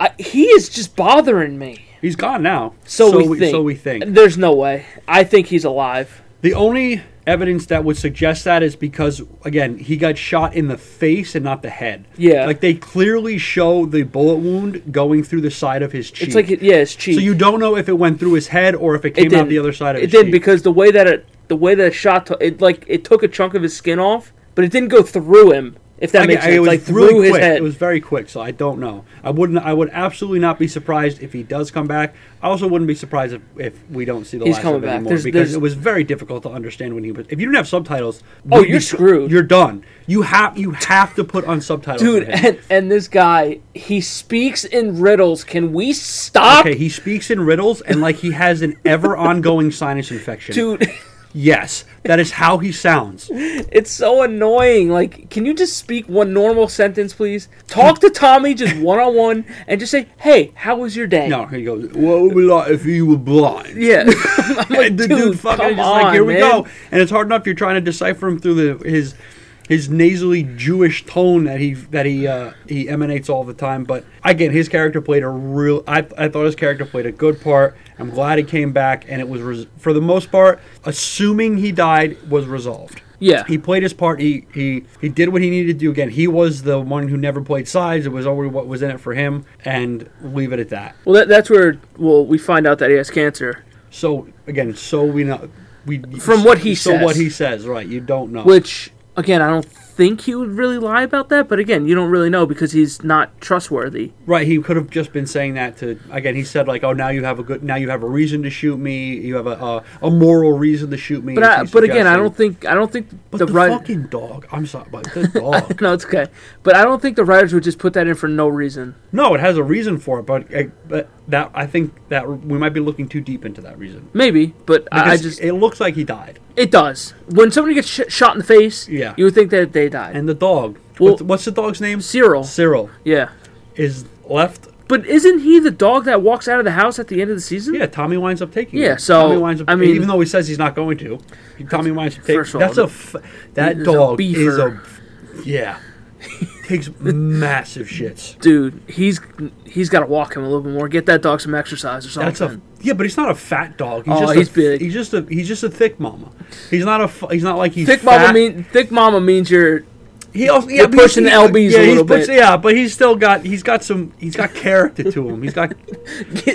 Speaker 2: I, he is just bothering me.
Speaker 1: He's gone now.
Speaker 2: So, we, think.
Speaker 1: So we think.
Speaker 2: There's no way. I think he's alive.
Speaker 1: The only evidence that would suggest that is because, again, he got shot in the face and not the head.
Speaker 2: Yeah.
Speaker 1: Like, they clearly show the bullet wound going through the side of his cheek.
Speaker 2: It's like it- yeah, it's cheap.
Speaker 1: so you don't know if it went through his head or if it came out the other side of
Speaker 2: it
Speaker 1: his
Speaker 2: didn't
Speaker 1: cheek.
Speaker 2: because the way that it the way that it shot to, it like it took a chunk of his skin off, but it didn't go through him. If that
Speaker 1: I-
Speaker 2: makes
Speaker 1: I-
Speaker 2: sense,
Speaker 1: it was
Speaker 2: like
Speaker 1: really
Speaker 2: through his
Speaker 1: quick.
Speaker 2: head.
Speaker 1: It was very quick, so I don't know. I wouldn't. I would absolutely not be surprised if he does come back. I also wouldn't be surprised if, if we don't see the
Speaker 2: He's
Speaker 1: last
Speaker 2: coming
Speaker 1: of it
Speaker 2: back.
Speaker 1: anymore
Speaker 2: There's-
Speaker 1: because
Speaker 2: there's-
Speaker 1: it was very difficult to understand when he was. If you didn't have subtitles,
Speaker 2: Oh,
Speaker 1: we-
Speaker 2: you're
Speaker 1: we-
Speaker 2: screwed.
Speaker 1: You're done. You have you have to put on subtitles,
Speaker 2: Dude,
Speaker 1: for him.
Speaker 2: and, and this guy, he speaks in riddles. Can we stop?
Speaker 1: Okay, he speaks in riddles and like he has an ever ongoing sinus infection.
Speaker 2: Dude,
Speaker 1: Yes, that is how he sounds.
Speaker 2: it's so annoying. Like, can you just speak one normal sentence, please? Talk to Tommy just one on one and just say, hey, how was your day?
Speaker 1: No, he goes. What would be like if you were blind?
Speaker 2: Yeah. I'm like,
Speaker 1: the
Speaker 2: dude,
Speaker 1: dude, fucking
Speaker 2: come
Speaker 1: is just
Speaker 2: on,
Speaker 1: like, here we
Speaker 2: man."
Speaker 1: go. And it's hard enough you're trying to decipher him through the his his nasally Jewish tone that he that he uh, he emanates all the time. But again, his character played a real. I, I thought his character played a good part. I'm glad he came back, and it was res- for the most part, assuming he died, was resolved.
Speaker 2: Yeah.
Speaker 1: He played his part. He he he did what he needed to do. Again, he was the one who never played sides. It was already what was in it for him, and leave it at that.
Speaker 2: Well, that, that's where, well, we find out that he has cancer.
Speaker 1: So again, so we know we
Speaker 2: From what he
Speaker 1: so
Speaker 2: says.
Speaker 1: what he says, right? You don't know.
Speaker 2: Which again, I don't think he would really lie about that, but again, you don't really know because he's not trustworthy.
Speaker 1: Right, he could have just been saying that to again. He said like, "Oh, now you have a good, now you have a reason to shoot me. You have a a, a moral reason to shoot me."
Speaker 2: But
Speaker 1: as
Speaker 2: I,
Speaker 1: he's
Speaker 2: but again, I
Speaker 1: suggesting.
Speaker 2: don't think I don't think
Speaker 1: But
Speaker 2: the,
Speaker 1: the,
Speaker 2: writ-
Speaker 1: fucking dog. I'm sorry, but the dog.
Speaker 2: No, it's okay. But I don't think the writers would just put that in for no reason.
Speaker 1: no, it has a reason for it, but, uh, but that I think that we might be looking too deep into that reason.
Speaker 2: Maybe, but I, I
Speaker 1: Because
Speaker 2: just it,
Speaker 1: it looks like he died,
Speaker 2: does. When somebody gets sh- shot in the face,
Speaker 1: Yeah.
Speaker 2: you would think that they died.
Speaker 1: and the dog.
Speaker 2: Well-
Speaker 1: what's, what's the dog's name?
Speaker 2: Cyril,
Speaker 1: Cyril
Speaker 2: yeah.
Speaker 1: is left.
Speaker 2: But isn't he the dog that walks out of the house at the end of the season?
Speaker 1: Yeah, Tommy winds up taking.
Speaker 2: Yeah,
Speaker 1: him.
Speaker 2: so,
Speaker 1: Tommy winds up,
Speaker 2: I mean-
Speaker 1: even though he says he's not going to, Tommy winds up taking.
Speaker 2: First of all,
Speaker 1: That's a f- that
Speaker 2: is a
Speaker 1: dog is
Speaker 2: beaver.
Speaker 1: a yeah. takes massive shits.
Speaker 2: Dude, he's he's got to walk him a little bit more. Get that dog some exercise or something.
Speaker 1: That's a yeah, but he's not a fat dog. He's
Speaker 2: Oh,
Speaker 1: just
Speaker 2: he's
Speaker 1: a,
Speaker 2: big.
Speaker 1: He's just a he's just a thick mama. He's not a f- he's not like he's
Speaker 2: thick
Speaker 1: fat.
Speaker 2: mama mean thick mama means you're
Speaker 1: He also yeah,
Speaker 2: You're
Speaker 1: but he's-
Speaker 2: pushing
Speaker 1: he-
Speaker 2: LBs
Speaker 1: yeah,
Speaker 2: a
Speaker 1: he's
Speaker 2: little
Speaker 1: push-
Speaker 2: bit.
Speaker 1: Yeah, but he's still got he's got some he's got character to him. He's got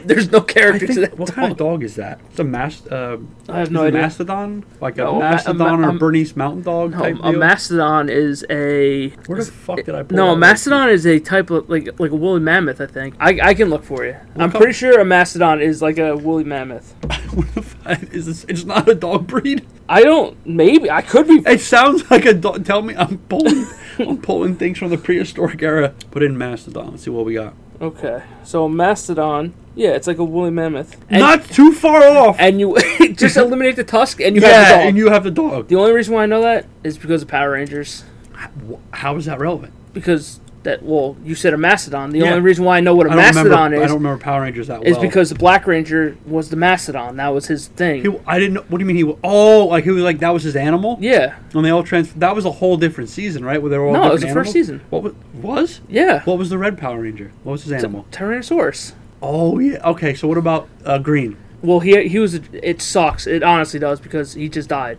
Speaker 2: there's no
Speaker 1: I
Speaker 2: character to
Speaker 1: think,
Speaker 2: that
Speaker 1: what
Speaker 2: dog.
Speaker 1: kind of dog is that? It's a mas- uh,
Speaker 2: I have
Speaker 1: is
Speaker 2: no
Speaker 1: it
Speaker 2: idea.
Speaker 1: mastodon like a
Speaker 2: No, a ma- a ma-
Speaker 1: mastodon or
Speaker 2: um,
Speaker 1: a Bernese mountain dog
Speaker 2: No,
Speaker 1: type
Speaker 2: a
Speaker 1: deal?
Speaker 2: mastodon is a
Speaker 1: Where the fuck did I pull
Speaker 2: no.
Speaker 1: that
Speaker 2: A
Speaker 1: up?
Speaker 2: mastodon is a type of like like a woolly mammoth. I think I, I can look for you. I'm
Speaker 1: up-
Speaker 2: pretty sure a mastodon is like a woolly mammoth.
Speaker 1: What the fuck is this? It's not a dog breed.
Speaker 2: I don't. Maybe I could be.
Speaker 1: It sounds like a dog. Tell me, I'm pulling, I'm pulling things from the prehistoric era. Put in mastodon. Let's see what we got.
Speaker 2: Okay, so a mastodon. Yeah, it's like a woolly mammoth. And,
Speaker 1: Not too far off.
Speaker 2: and you just eliminate the tusk and you have the
Speaker 1: yeah,
Speaker 2: dog.
Speaker 1: and you have the dog.
Speaker 2: the only reason why I know that is because of Power Rangers.
Speaker 1: Wh- How is that relevant?
Speaker 2: Because that well, you said a mastodon. The
Speaker 1: Yeah.
Speaker 2: only reason why I know what a
Speaker 1: I don't
Speaker 2: mastodon
Speaker 1: remember. I
Speaker 2: is
Speaker 1: don't remember Power Rangers that well.
Speaker 2: is because the Black Ranger was the mastodon. That was his thing.
Speaker 1: he, I didn't. know What do you mean? He wa- oh, like he was like that was his animal.
Speaker 2: yeah,
Speaker 1: And they all trans. That was a whole different season, right? Where they were all
Speaker 2: No, it was
Speaker 1: different
Speaker 2: the first
Speaker 1: animals?
Speaker 2: season.
Speaker 1: What was, was?
Speaker 2: yeah.
Speaker 1: What was the red Power Ranger? What was his animal?
Speaker 2: Tyrannosaurus.
Speaker 1: Oh yeah. Okay. So what about uh, Green?
Speaker 2: Well, he he was. It sucks. It honestly does because he just died,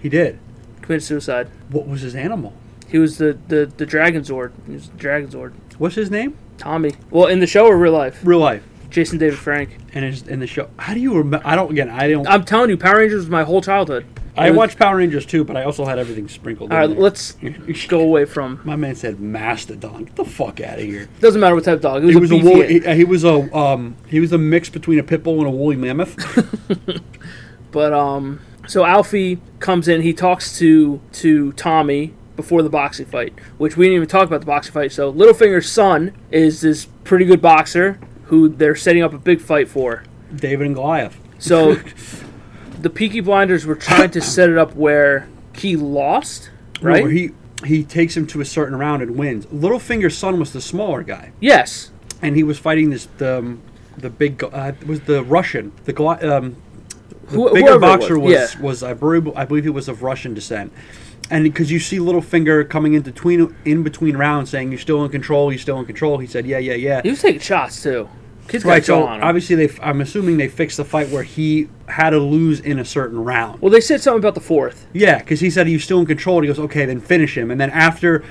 Speaker 1: He did.
Speaker 2: committed suicide.
Speaker 1: What was his animal?
Speaker 2: He was the the the Dragon Zord. He was the Dragon Zord.
Speaker 1: What's his name?
Speaker 2: Tommy. Well, in the show or real life,
Speaker 1: Real life.
Speaker 2: Jason David Frank.
Speaker 1: and it's in the show. How do you remember? I don't. Again, I don't.
Speaker 2: I'm telling you, Power Rangers was my whole childhood.
Speaker 1: I watched Power Rangers too, but I also had everything sprinkled.
Speaker 2: All
Speaker 1: in
Speaker 2: right,
Speaker 1: there.
Speaker 2: let's go away from.
Speaker 1: My man said mastodon. Get the fuck out of here.
Speaker 2: Doesn't matter what type of dog. It was,
Speaker 1: He was
Speaker 2: a
Speaker 1: a
Speaker 2: beefy.
Speaker 1: wool, he, he was a um he was a mix between a pit bull and a woolly mammoth.
Speaker 2: But um, so Alfie comes in. He talks to to Tommy before the boxing fight, which we didn't even talk about the boxing fight. So Littlefinger's son is this pretty good boxer who they're setting up a big fight for.
Speaker 1: David and Goliath.
Speaker 2: So the Peaky Blinders were trying to set it up where he lost,
Speaker 1: No,
Speaker 2: right?
Speaker 1: where he he takes him to a certain round and wins. Littlefinger's son was the smaller guy,
Speaker 2: yes.
Speaker 1: and he was fighting this the um, the big Go- uh, it was the Russian the Goli- um
Speaker 2: Who,
Speaker 1: bigger
Speaker 2: whoever it
Speaker 1: boxer was
Speaker 2: yeah.
Speaker 1: was, I believe I believe he was of Russian descent, and because you see Littlefinger coming in between in between rounds saying you're still in control, you're still in control. He said yeah yeah yeah.
Speaker 2: He was taking shots too. Kids
Speaker 1: Right,
Speaker 2: got jaw
Speaker 1: so
Speaker 2: on him.
Speaker 1: obviously they I'm assuming they fixed the fight where he had to lose in a certain round.
Speaker 2: well, they said something about the fourth.
Speaker 1: Yeah, because he said he was still in control. And he goes, okay, then finish him. And then after,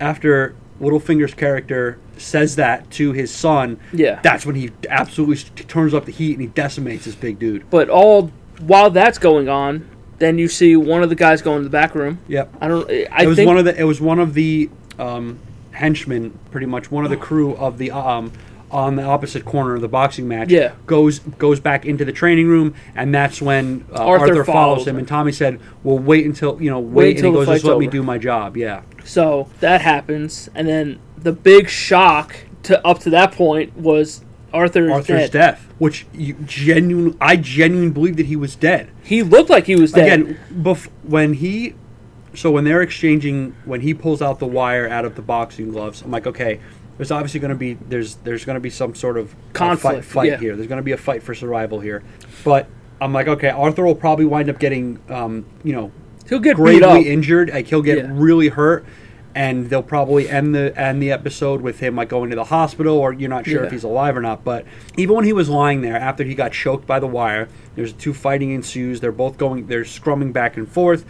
Speaker 1: after Littlefinger's character says that to his son,
Speaker 2: Yeah.
Speaker 1: that's when he absolutely s- turns up the heat and he decimates this big dude.
Speaker 2: But all while that's going on, then you see one of the guys go in the back room.
Speaker 1: Yep,
Speaker 2: I don't. I
Speaker 1: it was
Speaker 2: think
Speaker 1: one of the it was one of the um, henchmen, pretty much one of the crew of the um on the opposite corner of the boxing match.
Speaker 2: Yeah.
Speaker 1: goes goes back into the training room, and that's when uh,
Speaker 2: Arthur
Speaker 1: Arthur,
Speaker 2: follows
Speaker 1: follows him.
Speaker 2: him.
Speaker 1: And Tommy said, "Well, wait until you know, wait." and
Speaker 2: till
Speaker 1: he
Speaker 2: the
Speaker 1: goes, "Just
Speaker 2: fight's
Speaker 1: let me
Speaker 2: over."
Speaker 1: do my job." Yeah.
Speaker 2: so that happens, and then the big shock to up to that point was Arthur's,
Speaker 1: Arthur's
Speaker 2: dead.
Speaker 1: death, which you genuine, I genuinely believe that he was dead.
Speaker 2: He looked like he was dead.
Speaker 1: Again, bef- when he, so when they're exchanging, when he pulls out the wire out of the boxing gloves, I'm like, okay, there's obviously going to be there's there's going to be some sort of uh, fight,
Speaker 2: Conflict,
Speaker 1: fight
Speaker 2: yeah.
Speaker 1: here. There's going to be a fight for survival here, but I'm like, okay, Arthur will probably wind up getting, um, you know,
Speaker 2: He'll get beat up.
Speaker 1: gravely injured. Like he'll get
Speaker 2: Yeah.
Speaker 1: really hurt, and they'll probably end the end the episode with him like going to the hospital, or you're not sure
Speaker 2: Yeah.
Speaker 1: if he's alive or not. But even when he was lying there after he got choked by the wire, there's two fighting ensues. They're both going, they're scrumming back and forth.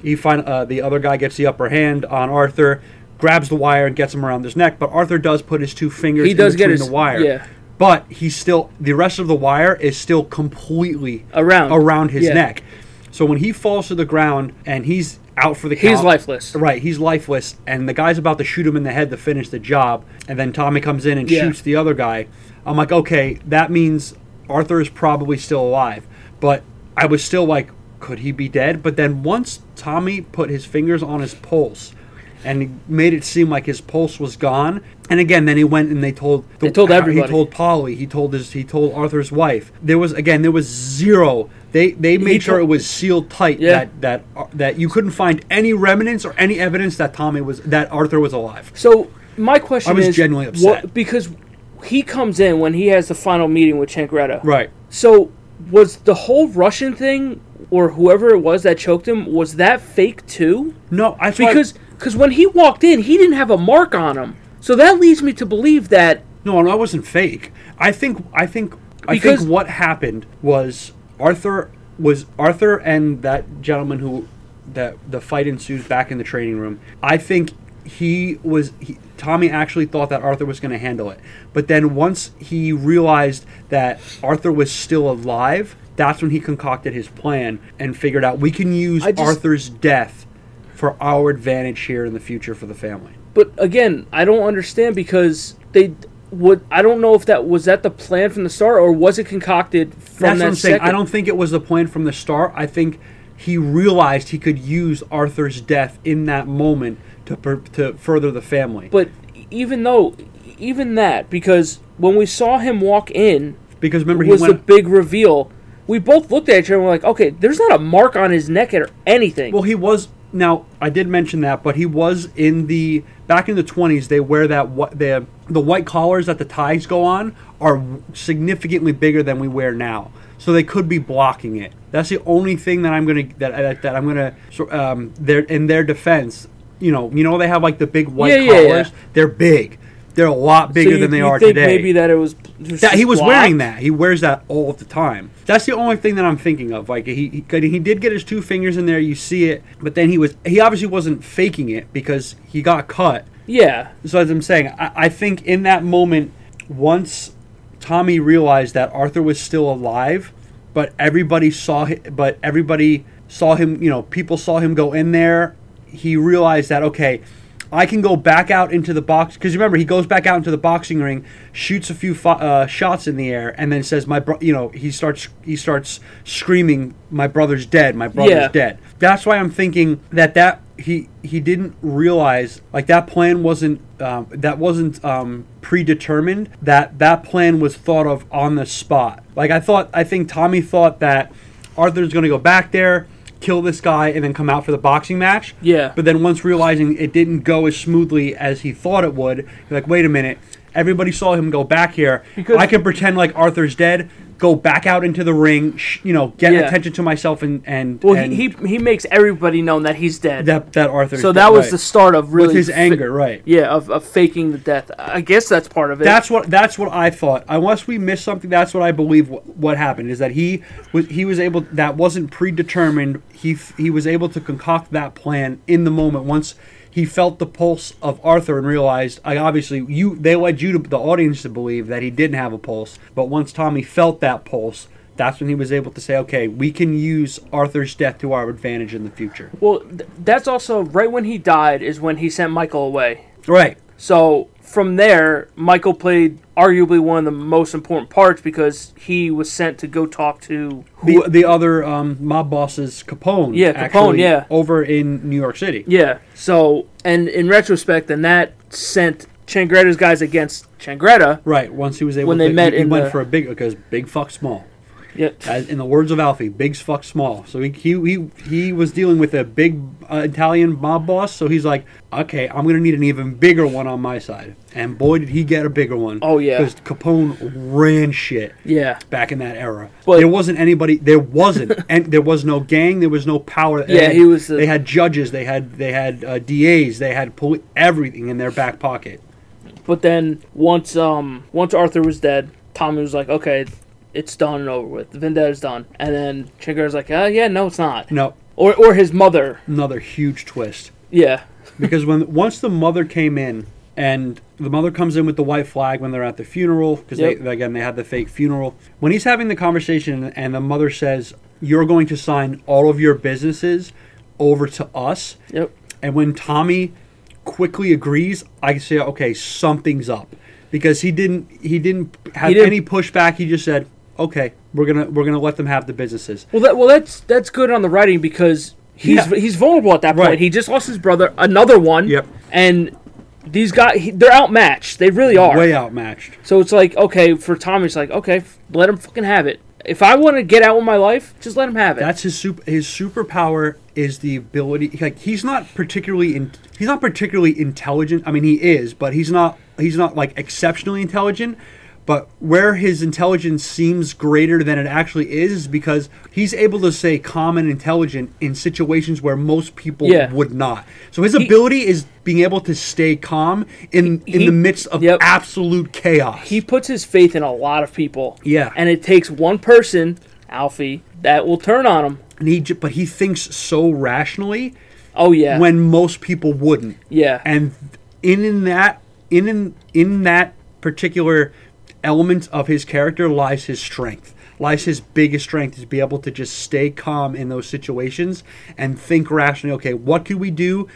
Speaker 1: He find uh, the other guy gets the upper hand on Arthur, grabs the wire and gets him around his neck. But Arthur does put his two fingers
Speaker 2: He does
Speaker 1: in
Speaker 2: get
Speaker 1: between
Speaker 2: his-
Speaker 1: the wire.
Speaker 2: yeah.
Speaker 1: But he's still the rest of the wire is still completely
Speaker 2: Around.
Speaker 1: around his
Speaker 2: Yeah.
Speaker 1: neck. So when he falls to the ground and he's out for the
Speaker 2: He's
Speaker 1: count,
Speaker 2: lifeless.
Speaker 1: Right, he's lifeless, and the guy's about to shoot him in the head to finish the job, and then Tommy comes in and
Speaker 2: Yeah.
Speaker 1: shoots the other guy. I'm like, okay, that means Arthur is probably still alive. But I was still like, could he be dead? But then once Tommy put his fingers on his pulse and he made it seem like his pulse was gone, and again, then he went and they told the,
Speaker 2: They told
Speaker 1: He
Speaker 2: everybody.
Speaker 1: told Polly. He told his. He told Arthur's wife. There was again. There was zero. They they made sure
Speaker 2: told-
Speaker 1: it was sealed tight
Speaker 2: Yeah.
Speaker 1: that that that you couldn't find any remnants or any evidence that Tommy was that Arthur was alive.
Speaker 2: So my question
Speaker 1: I was
Speaker 2: is,
Speaker 1: genuinely upset.
Speaker 2: because he comes in when he has the final meeting with Changretta.
Speaker 1: Right.
Speaker 2: So was the whole Russian thing or whoever it was that choked him was that fake too?
Speaker 1: No, I
Speaker 2: Because because when he walked in, he didn't have a mark on him. So that leads me to believe that
Speaker 1: no, no, I wasn't fake. I think I think I think
Speaker 2: Because-
Speaker 1: what happened was Arthur was Arthur and that gentleman who that the fight ensues back in the training room. I think he was he, Tommy actually thought that Arthur was going to handle it. But then once he realized that Arthur was still alive, that's when he concocted his plan and figured out we can use
Speaker 2: I just-
Speaker 1: Arthur's death for our advantage here in the future for the family.
Speaker 2: But again, I don't understand because they would. I don't know if that was that the plan from the start or was it concocted from
Speaker 1: That's
Speaker 2: that
Speaker 1: what I'm saying.
Speaker 2: second-
Speaker 1: I don't think it was the plan from the start. I think he realized he could use Arthur's death in that moment to per- to further the family.
Speaker 2: But even though, even that because when we saw him walk in
Speaker 1: because remember, he
Speaker 2: was the
Speaker 1: went.
Speaker 2: big reveal. We both looked at each other and were like, okay, there's not a mark on his neck or anything.
Speaker 1: well, he was. Now I did mention that, but he was in the back in the 20s. They wear that what the the white collars that the ties go on are significantly bigger than we wear now. So they could be blocking it. That's the only thing that I'm gonna that that, that I'm gonna so, um their in their defense. You know, you know they have like the big white
Speaker 2: Yeah, yeah, yeah.
Speaker 1: collars. They're big. They're a lot
Speaker 2: So
Speaker 1: bigger
Speaker 2: you-
Speaker 1: than they
Speaker 2: you
Speaker 1: are
Speaker 2: think
Speaker 1: today.
Speaker 2: Maybe that it was. it was
Speaker 1: that he
Speaker 2: just
Speaker 1: was wearing
Speaker 2: blocked?
Speaker 1: that. He wears that all the time. That's the only thing that I'm thinking of. Like he, he 'cause he did get his two fingers in there. You see it, but then he was he obviously wasn't faking it because he got cut.
Speaker 2: Yeah,
Speaker 1: So as I'm saying, I, I think in that moment, once Tommy realized that Arthur was still alive, but everybody saw hi- but everybody saw him. You know, people saw him go in there. He realized that okay, I can go back out into the box because remember he goes back out into the boxing ring, shoots a few fo- uh, shots in the air, and then says, "My bro," you know, he starts he starts screaming, "My brother's dead! My brother's
Speaker 2: Yeah.
Speaker 1: dead!" dead. That's why I'm thinking that that he he didn't realize like that plan wasn't um, that wasn't um, predetermined. That that plan was thought of on the spot. Like I thought, I think Tommy thought that Arthur's going to go back there, kill this guy, and then come out for the boxing match.
Speaker 2: Yeah.
Speaker 1: But then once realizing it didn't go as smoothly as he thought it would, you're like, wait a minute. Everybody saw him go back here.
Speaker 2: Because-
Speaker 1: I can pretend like Arthur's dead. Go back out into the ring. Sh- you know, get
Speaker 2: Yeah.
Speaker 1: attention to myself and and
Speaker 2: well,
Speaker 1: and-
Speaker 2: he, he he makes everybody know that he's dead.
Speaker 1: that that Arthur.
Speaker 2: so that was
Speaker 1: right.
Speaker 2: the start of really
Speaker 1: with his
Speaker 2: fi-
Speaker 1: anger, right?
Speaker 2: Yeah, of, of faking the death. I guess that's part of it.
Speaker 1: That's what that's what I thought. Unless we missed something, that's what I believe. What, what happened is that he was he was able that wasn't predetermined. He f- he was able to concoct that plan in the moment once he felt the pulse of Arthur and realized. I obviously you they led you to the audience to believe that he didn't have a pulse, but once Tommy felt that pulse. That's when he was able to say, "Okay, we can use Arthur's death to our advantage in the future."
Speaker 2: well, th- that's also right when he died is when he sent Michael away.
Speaker 1: Right.
Speaker 2: So from there, Michael played arguably one of the most important parts because he was sent to go talk to who.
Speaker 1: the, the other um, mob bosses Capone.
Speaker 2: Yeah, Capone,
Speaker 1: actually,
Speaker 2: yeah.
Speaker 1: over in New York City.
Speaker 2: yeah. So and in retrospect, then that sent Changretta's guys against Changretta.
Speaker 1: Right. Once he was able
Speaker 2: When
Speaker 1: to,
Speaker 2: they
Speaker 1: he-
Speaker 2: met
Speaker 1: he,
Speaker 2: in
Speaker 1: went
Speaker 2: the-
Speaker 1: for a big because big fuck small.
Speaker 2: Yeah.
Speaker 1: As in the words of Alfie, big fuck small. So he he he, he was dealing with a big uh, Italian mob boss. So he's like, okay, I'm gonna need an even bigger one on my side. And boy, did he get a bigger one.
Speaker 2: Oh, yeah.
Speaker 1: because Capone ran shit.
Speaker 2: Yeah.
Speaker 1: Back in that era,
Speaker 2: But-
Speaker 1: there wasn't anybody. There wasn't, and there was no gang. There was no power. They
Speaker 2: Yeah,
Speaker 1: had-
Speaker 2: he was the-
Speaker 1: they had judges. They had they had uh, DAs. They had poli- everything in their back pocket.
Speaker 2: But then once um once Arthur was dead, Tommy was like, okay, it's done and over with. The vendetta's done. And then Changratta's like, uh, yeah, no, it's not.
Speaker 1: No,
Speaker 2: Or or his mother.
Speaker 1: another huge twist.
Speaker 2: Yeah.
Speaker 1: because when once the mother came in and the mother comes in with the white flag when they're at the funeral because
Speaker 2: Yep.
Speaker 1: they, again they had the fake funeral when he's having the conversation and the mother says you're going to sign all of your businesses over to us
Speaker 2: Yep.
Speaker 1: and when tommy quickly agrees i say okay something's up because he didn't he didn't have
Speaker 2: didn't-
Speaker 1: any pushback he just said okay we're gonna we're gonna let them have the businesses
Speaker 2: Well, that well that's that's good on the writing because he's
Speaker 1: Yeah.
Speaker 2: he's vulnerable at that point.
Speaker 1: Right.
Speaker 2: He just lost his brother, another one.
Speaker 1: Yep.
Speaker 2: And these guys, he, they're outmatched. They really are.
Speaker 1: way outmatched
Speaker 2: So it's like okay for Tommy, it's like okay, f- let him fucking have it. If I want to get out with my life, just let him have it.
Speaker 1: That's his super. His superpower is the ability. Like he's not particularly in. He's not particularly intelligent. I mean, he is, but he's not. He's not like exceptionally intelligent. But where his intelligence seems greater than it actually is, is because he's able to say calm and intelligent in situations where most people
Speaker 2: Yeah.
Speaker 1: would not. So his ability is being able to stay calm in in
Speaker 2: He-
Speaker 1: the midst of
Speaker 2: yep.
Speaker 1: absolute chaos.
Speaker 2: he puts his faith in a lot of people.
Speaker 1: Yeah.
Speaker 2: And it takes one person, Alfie, that will turn on him.
Speaker 1: And he j- but he thinks so rationally.
Speaker 2: Oh yeah.
Speaker 1: when most people wouldn't.
Speaker 2: Yeah.
Speaker 1: And in in that in in in that particular element of his character lies his strength. Lies his biggest strength is to be able to just stay calm in those situations and think rationally, okay, what could we do?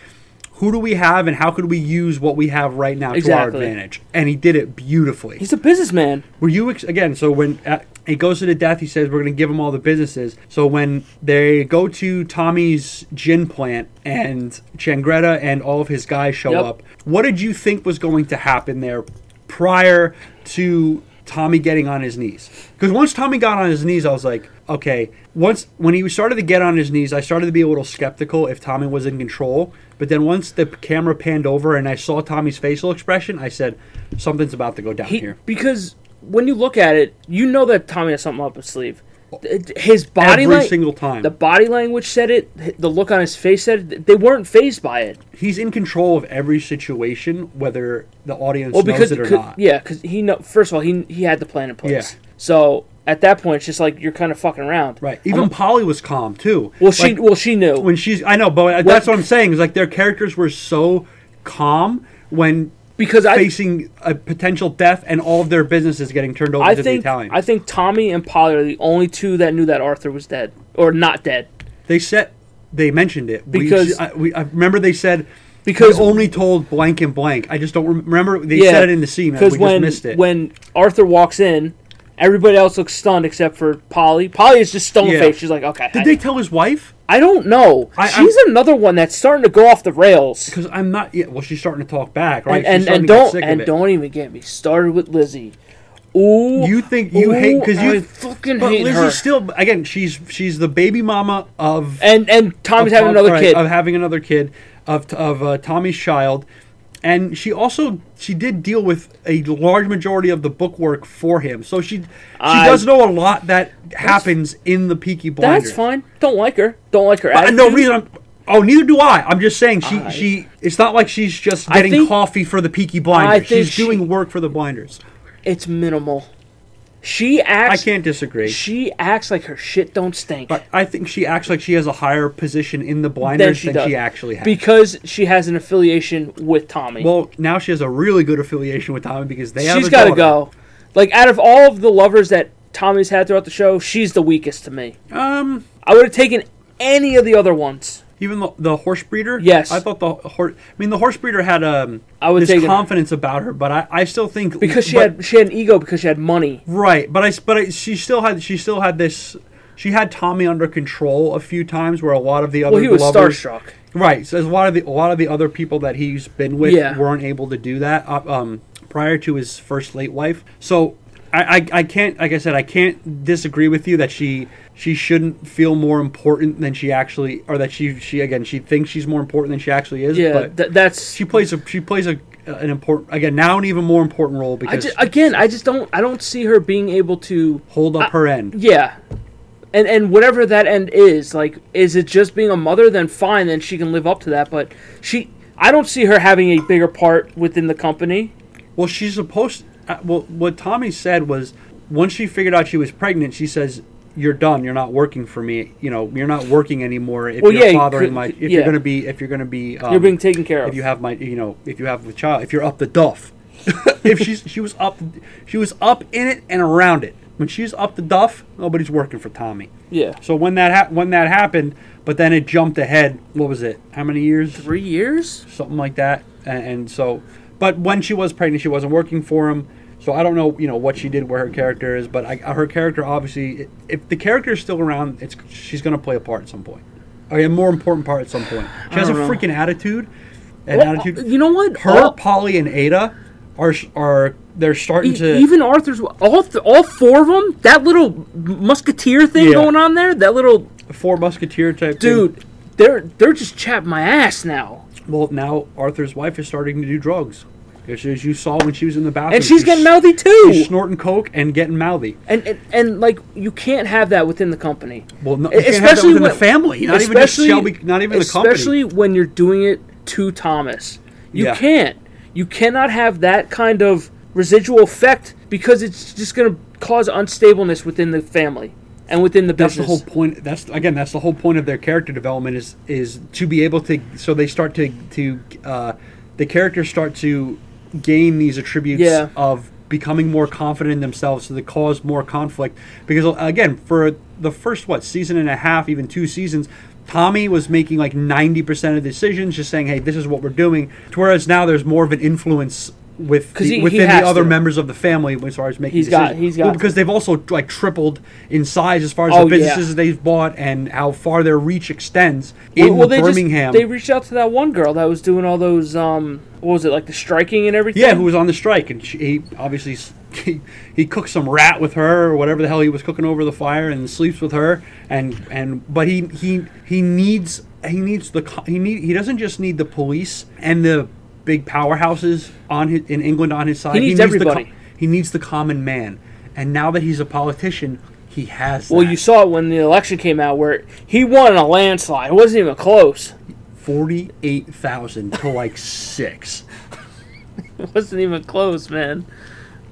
Speaker 1: Who do we have and how could we use what we have right now to our
Speaker 2: Exactly.
Speaker 1: advantage? And he did it beautifully.
Speaker 2: he's a businessman.
Speaker 1: Were you ex- again? So when uh, he goes to the death, he says we're going to give him all the businesses. So when they go to Tommy's gin plant and Changretta and all of his guys show
Speaker 2: Yep.
Speaker 1: up, what did you think was going to happen there prior to Tommy getting on his knees? Because once Tommy got on his knees, I was like, okay. Once when he started to get on his knees, I started to be a little skeptical if Tommy was in control. But then once the camera panned over and I saw Tommy's facial expression, I said something's about to go down
Speaker 2: He,
Speaker 1: here.
Speaker 2: because when you look at it, you know that Tommy has something up his sleeve. Th- His body
Speaker 1: Every
Speaker 2: lang-
Speaker 1: single time.
Speaker 2: The body language said it. h- The look on his face said it. They weren't phased by it.
Speaker 1: he's in control of every situation, whether the audience
Speaker 2: Well,
Speaker 1: knows
Speaker 2: because
Speaker 1: it or
Speaker 2: could-
Speaker 1: not.
Speaker 2: yeah, because he know. First of all, he he had the plan in place.
Speaker 1: Yeah.
Speaker 2: So at that point, it's just like you're kind of fucking around.
Speaker 1: Right. Even Polly was calm too.
Speaker 2: Well, she
Speaker 1: Like,
Speaker 2: well she knew.
Speaker 1: when she's I know, but that's what I'm saying is like their characters were so calm when
Speaker 2: because I
Speaker 1: facing a potential death and all of their businesses getting turned over
Speaker 2: I
Speaker 1: to
Speaker 2: think
Speaker 1: the Italian.
Speaker 2: I think Tommy and Polly are the only two that knew that Arthur was dead or not dead
Speaker 1: they said they mentioned it We-
Speaker 2: Because-
Speaker 1: I, we, I remember they said.
Speaker 2: Because-
Speaker 1: we only told blank and blank. I just don't rem- remember. They
Speaker 2: Yeah,
Speaker 1: said it in the scene. and We
Speaker 2: because
Speaker 1: just
Speaker 2: when
Speaker 1: missed it.
Speaker 2: when Arthur walks in, everybody else looks stunned except for Polly. Polly is just stone
Speaker 1: Yeah.
Speaker 2: faced. She's like, okay,
Speaker 1: did
Speaker 2: I,
Speaker 1: they tell his wife?
Speaker 2: I don't know.
Speaker 1: I-
Speaker 2: She's another one that's starting to go off the rails.
Speaker 1: Because I'm not. Yeah, well, she's starting to talk back, right?
Speaker 2: And
Speaker 1: She's
Speaker 2: and,
Speaker 1: starting to
Speaker 2: and
Speaker 1: get
Speaker 2: don't
Speaker 1: sick of
Speaker 2: and
Speaker 1: it.
Speaker 2: don't even get me started with Lizzie. Ooh,
Speaker 1: You think you
Speaker 2: ooh,
Speaker 1: hate because you
Speaker 2: I fucking
Speaker 1: but
Speaker 2: hate
Speaker 1: Lizzie's
Speaker 2: her.
Speaker 1: still again. She's she's the baby mama of
Speaker 2: and and Tommy's
Speaker 1: of
Speaker 2: having
Speaker 1: Tom-
Speaker 2: another
Speaker 1: right,
Speaker 2: kid.
Speaker 1: of having another kid of of uh, Tommy's child, and she also she did deal with a large majority of the book work for him. So she she
Speaker 2: I-
Speaker 1: does know a lot that happens in the Peaky Blinders.
Speaker 2: that's fine. Don't like her. Don't like her.
Speaker 1: I, no
Speaker 2: attitude.
Speaker 1: reason. I'm, oh, neither do I. I'm just saying she
Speaker 2: I-
Speaker 1: she. It's not like she's just getting
Speaker 2: think-
Speaker 1: coffee for the Peaky
Speaker 2: I
Speaker 1: Blinders.
Speaker 2: think
Speaker 1: She's
Speaker 2: she-
Speaker 1: doing work for the Blinders.
Speaker 2: It's minimal. She acts.
Speaker 1: I can't disagree.
Speaker 2: She acts like her shit don't stink.
Speaker 1: But I think she acts like she has a higher position in the blinders than she actually has.
Speaker 2: because she has an affiliation with Tommy.
Speaker 1: well, now she has a really good affiliation with Tommy because they have
Speaker 2: she's
Speaker 1: a
Speaker 2: got to
Speaker 1: daughter.
Speaker 2: go. Like out of all of the lovers that Tommy's had throughout the show, she's the weakest to me.
Speaker 1: Um,
Speaker 2: I would have taken any of the other ones.
Speaker 1: even the, the horse breeder.
Speaker 2: Yes.
Speaker 1: I thought the horse. I mean, the horse breeder had um
Speaker 2: I would
Speaker 1: this
Speaker 2: take it.
Speaker 1: confidence about her, but I, I still think
Speaker 2: Because she
Speaker 1: but-
Speaker 2: had she had an ego because she had money.
Speaker 1: right, but I s- but I, she still had she still had this. She had Tommy under control a few times, where a lot of the other
Speaker 2: Well, he was
Speaker 1: lovers-
Speaker 2: starstruck.
Speaker 1: Right. So there's a lot of the a lot of the other people that he's been with
Speaker 2: Yeah.
Speaker 1: weren't able to do that uh, um, prior to his first late wife. So I, I I can't like I said I can't disagree with you that she she shouldn't feel more important than she actually or that she she again she thinks she's more important than she actually is.
Speaker 2: Yeah,
Speaker 1: But
Speaker 2: th- that's.
Speaker 1: she plays a she plays a an important again now an even more important role
Speaker 2: I
Speaker 1: because
Speaker 2: just, again, I just don't. I don't see her being able to
Speaker 1: hold up her end.
Speaker 2: Yeah. And and whatever that end is, like is it just being a mother then fine, then she can live up to that, but she I don't see her having a bigger part within the company.
Speaker 1: Well, she's supposed. Uh, well, what Tommy said was once she figured out she was pregnant, she says you're done. You're not working for me. You know, you're not working anymore. If
Speaker 2: Well,
Speaker 1: you're
Speaker 2: yeah, you
Speaker 1: fathering
Speaker 2: could-
Speaker 1: my, if
Speaker 2: yeah.
Speaker 1: you're gonna be, if you're gonna be, um,
Speaker 2: You're being taken care of.
Speaker 1: if you have my, you know, if you have a child, if you're up the duff, if she's she was up, she was up in it and around it. When she's up the duff, nobody's working for Tommy.
Speaker 2: yeah.
Speaker 1: So when that ha- when that happened, but then it jumped ahead. What was it? How many years?
Speaker 2: Three years?
Speaker 1: something like that. And, and so, but when she was pregnant, she wasn't working for him. So I don't know, you know, what she did, where her character is, but I, her character obviously, if the character is still around, it's she's gonna play a part at some point, or a more important part at some point. She has a
Speaker 2: don't know.
Speaker 1: freaking attitude, an
Speaker 2: Well,
Speaker 1: attitude.
Speaker 2: You know what?
Speaker 1: her,
Speaker 2: All-
Speaker 1: Polly, and Ada are sh- are they're starting
Speaker 2: E-
Speaker 1: to
Speaker 2: even Arthur's all th- all four of them. That little musketeer thing
Speaker 1: Yeah.
Speaker 2: going on there. That little
Speaker 1: four musketeer type thing.
Speaker 2: dude. They're they're just chapping my ass now,
Speaker 1: Well, now Arthur's wife is starting to do drugs. As as you saw when she was in the bathroom,
Speaker 2: and she's getting mouthy
Speaker 1: she's
Speaker 2: too.
Speaker 1: snorting coke and getting mouthy.
Speaker 2: And, and and like you can't have that within the company.
Speaker 1: Well, no,
Speaker 2: E-
Speaker 1: especially
Speaker 2: especially
Speaker 1: within
Speaker 2: when-
Speaker 1: the family, not even just
Speaker 2: especially-
Speaker 1: Shelby, not even the company.
Speaker 2: Especially when you're doing it to Thomas. You
Speaker 1: Yeah.
Speaker 2: can't. You cannot have that kind of residual effect because it's just going to cause unstableness within the family and within the
Speaker 1: that's the
Speaker 2: business.
Speaker 1: whole point. That's again, that's the whole point of their character development is is to be able to so they start to to uh, the characters start to gain these attributes
Speaker 2: Yeah.
Speaker 1: of becoming more confident in themselves so they cause more conflict because again for the first what season and a half even two seasons tommy was making like 90% of the decisions just saying hey this is what we're doing to whereas now there's more of an influence with
Speaker 2: 'Cause
Speaker 1: the-
Speaker 2: he- he
Speaker 1: within
Speaker 2: has
Speaker 1: the other
Speaker 2: to.
Speaker 1: members of the family as far as making
Speaker 2: He's got-
Speaker 1: decisions
Speaker 2: he's got
Speaker 1: Well,
Speaker 2: to.
Speaker 1: because they've also like tripled in size as far as
Speaker 2: Oh,
Speaker 1: the
Speaker 2: yeah.
Speaker 1: businesses they've bought and how far their reach extends
Speaker 2: Well-
Speaker 1: in
Speaker 2: well, they just-
Speaker 1: Birmingham.
Speaker 2: they reached out to that one girl that was doing all those, um, what was it, like the striking and everything?
Speaker 1: yeah, who was on the strike, and she, he obviously s- he, he cooked some rat with her or whatever the hell he was cooking over the fire, and sleeps with her, and and but he he he needs he needs the co- he need he doesn't just need the police and the big powerhouses on his, in England on his side.
Speaker 2: needs
Speaker 1: the co-
Speaker 2: everybody.
Speaker 1: he needs the common man, and now that he's a politician, he has.
Speaker 2: Well,
Speaker 1: that.
Speaker 2: you saw it when the election came out where he won in a landslide. It wasn't even close.
Speaker 1: 48,000 to like 6.
Speaker 2: It wasn't even close, man.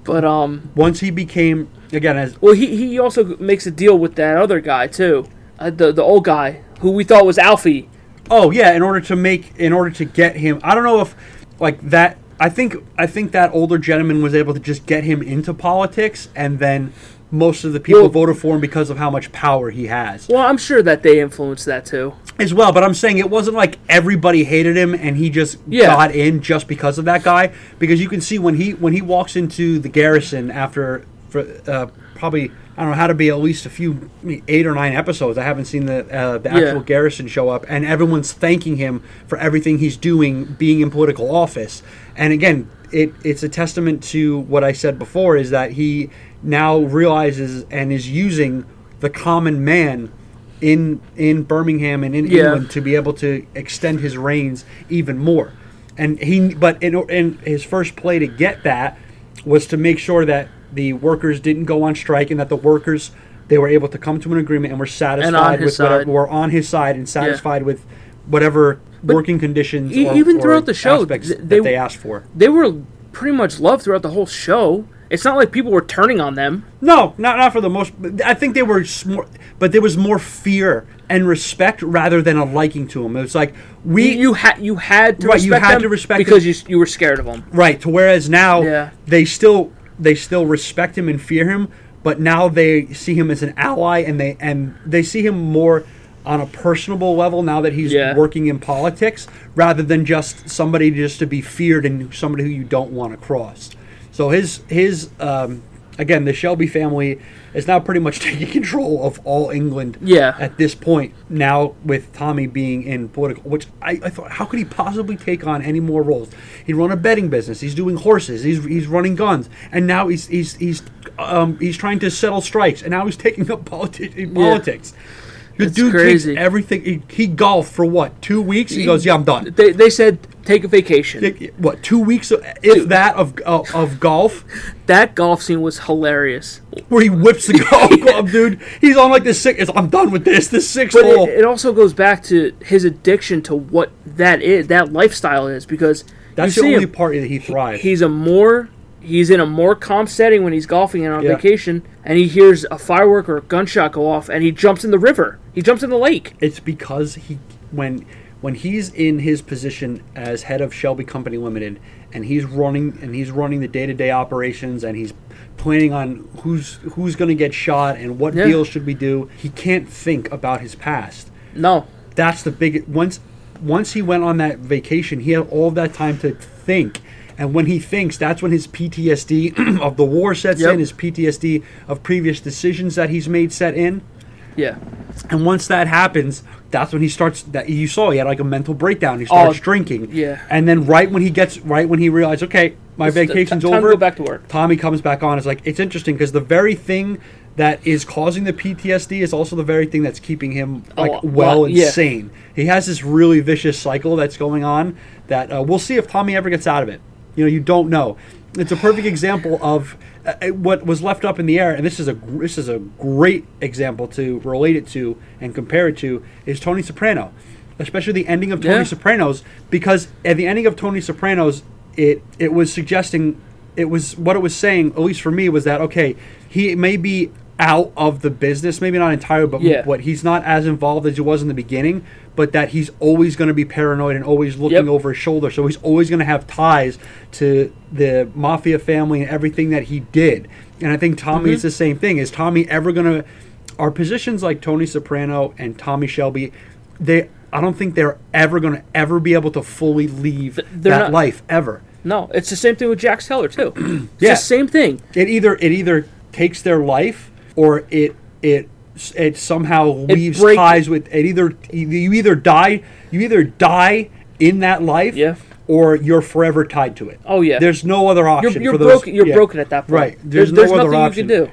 Speaker 2: But, um,
Speaker 1: Once he became again as
Speaker 2: well, he, he also makes a deal with that other guy, too. Uh, the, the old guy who we thought was Alfie.
Speaker 1: oh yeah, in order to make in order to get him I don't know if like that I think I think that older gentleman was able to just get him into politics and then most of the people
Speaker 2: Well-
Speaker 1: voted for him because of how much power he has
Speaker 2: Well, I'm sure that they influenced that, too.
Speaker 1: as well. But I'm saying it wasn't like everybody hated him and he just
Speaker 2: Yeah.
Speaker 1: got in just because of that guy. Because you can see when he when he walks into the garrison after for uh, probably I don't know how to be at least a few I mean, eight or nine episodes. I haven't seen the uh, the actual garrison show up and everyone's thanking him for everything he's doing, being in political office. And again. It, it's a testament to what I said before is that he now realizes and is using the common man in in Birmingham and in
Speaker 2: Yeah.
Speaker 1: England to be able to extend his reigns even more. And he, but in, in his first play to get that was to make sure that the workers didn't go on strike and that the workers they were able to come to an agreement and were satisfied
Speaker 2: his
Speaker 1: with whatever
Speaker 2: side.
Speaker 1: were on his side and satisfied with whatever working conditions
Speaker 2: e-
Speaker 1: or,
Speaker 2: even
Speaker 1: or
Speaker 2: throughout the show,
Speaker 1: aspects
Speaker 2: th- they-
Speaker 1: that they asked for.
Speaker 2: They were pretty much loved throughout the whole show. It's not like people were turning on them.
Speaker 1: No, not not for the most. I think they were s- more, but there was more fear and respect rather than a liking to him. It was like we
Speaker 2: you had you had to
Speaker 1: Right, you
Speaker 2: respect
Speaker 1: had
Speaker 2: them
Speaker 1: to respect
Speaker 2: because you, you were scared of them.
Speaker 1: Right. To whereas now
Speaker 2: Yeah.
Speaker 1: they still they still respect him and fear him, but now they see him as an ally and they and they see him more on a personable level now that he's
Speaker 2: Yeah.
Speaker 1: working in politics rather than just somebody just to be feared and somebody who you don't want to cross. So his his um again the Shelby family is now pretty much taking control of all England
Speaker 2: Yeah.
Speaker 1: at this point now with Tommy being in political, which I, I thought, how could he possibly take on any more roles? He run a betting business. He's doing horses. He's he's running guns, and now he's he's he's um, he's trying to settle strikes, and now he's taking up politi- politics. The
Speaker 2: It's
Speaker 1: dude
Speaker 2: crazy.
Speaker 1: takes everything. He, he golfed for what two weeks? He goes, yeah, I'm done.
Speaker 2: They, they said take a vacation.
Speaker 1: Take- What two weeks? Of, if that of, of of golf,
Speaker 2: that golf scene was hilarious,
Speaker 1: where he whips the golf club, dude. He's on like the sixth. I'm done with this. The sixth
Speaker 2: but
Speaker 1: hole.
Speaker 2: it, it also goes back to his addiction to what that is, that lifestyle is, because
Speaker 1: That's
Speaker 2: you
Speaker 1: the
Speaker 2: see
Speaker 1: only
Speaker 2: him,
Speaker 1: part that he thrives.
Speaker 2: he's a more he's in a more calm setting when he's golfing and on
Speaker 1: Yeah.
Speaker 2: vacation, and he hears a firework or a gunshot go off, and he jumps in the river. He jumps in the lake.
Speaker 1: It's because he when when he's in his position as head of Shelby Company Limited and he's running and he's running the day-to-day operations and he's planning on who's who's going to get shot and what
Speaker 2: Yeah.
Speaker 1: deal should we do. He can't think about his past.
Speaker 2: No,
Speaker 1: That's the big once once he went on that vacation, he had all that time to think. And when he thinks, that's when his PTSD of the war sets
Speaker 2: Yep.
Speaker 1: in, his PTSD of previous decisions that he's made set in.
Speaker 2: yeah,
Speaker 1: And once that happens, that's when he starts. That you saw, he had like a mental breakdown. He starts
Speaker 2: Oh,
Speaker 1: drinking.
Speaker 2: yeah.
Speaker 1: And then right when he gets, right when he realizes, okay, my
Speaker 2: It's t-
Speaker 1: vacation's
Speaker 2: time to
Speaker 1: over.
Speaker 2: go back to work.
Speaker 1: Tommy comes back on. It's like it's interesting because the very thing that is causing the PTSD is also the very thing that's keeping him like
Speaker 2: lot-
Speaker 1: well
Speaker 2: lot-
Speaker 1: and
Speaker 2: yeah.
Speaker 1: sane. He has this really vicious cycle that's going on. That uh, we'll see if Tommy ever gets out of it. You know, you don't know. It's a perfect example of uh, uh, what was left up in the air, and this is a gr- this is a great example to relate it to and compare it to is Tony Soprano, especially the ending of Tony
Speaker 2: Yeah.
Speaker 1: Sopranos, because at the ending of Tony Sopranos, it it was suggesting it was what it was saying, at least for me, was that okay, he may be out of the business, maybe not entirely, but
Speaker 2: Yeah.
Speaker 1: what he's not as involved as he was in the beginning, but that he's always going to be paranoid and always looking
Speaker 2: Yep.
Speaker 1: over his shoulder. So he's always going to have ties to the mafia family and everything that he did. And I think Tommy
Speaker 2: Mm-hmm.
Speaker 1: is the same thing. Is Tommy ever going to? Are positions like Tony Soprano and Tommy Shelby? They, I don't think they're ever going to ever be able to fully leave
Speaker 2: they're
Speaker 1: that
Speaker 2: not-
Speaker 1: life ever.
Speaker 2: no. It's the same thing with Jack Teller too. It's
Speaker 1: Yeah.
Speaker 2: the same thing.
Speaker 1: It either it either takes their life or it it it somehow leaves
Speaker 2: break-
Speaker 1: ties with it either you either die you either die in that life
Speaker 2: Yeah.
Speaker 1: or you're forever tied to it.
Speaker 2: Oh, yeah.
Speaker 1: There's no other option
Speaker 2: You're, you're
Speaker 1: for those.
Speaker 2: broken. You're
Speaker 1: yeah.
Speaker 2: broken at that point.
Speaker 1: Right. There's no other
Speaker 2: nothing
Speaker 1: option.
Speaker 2: you can do.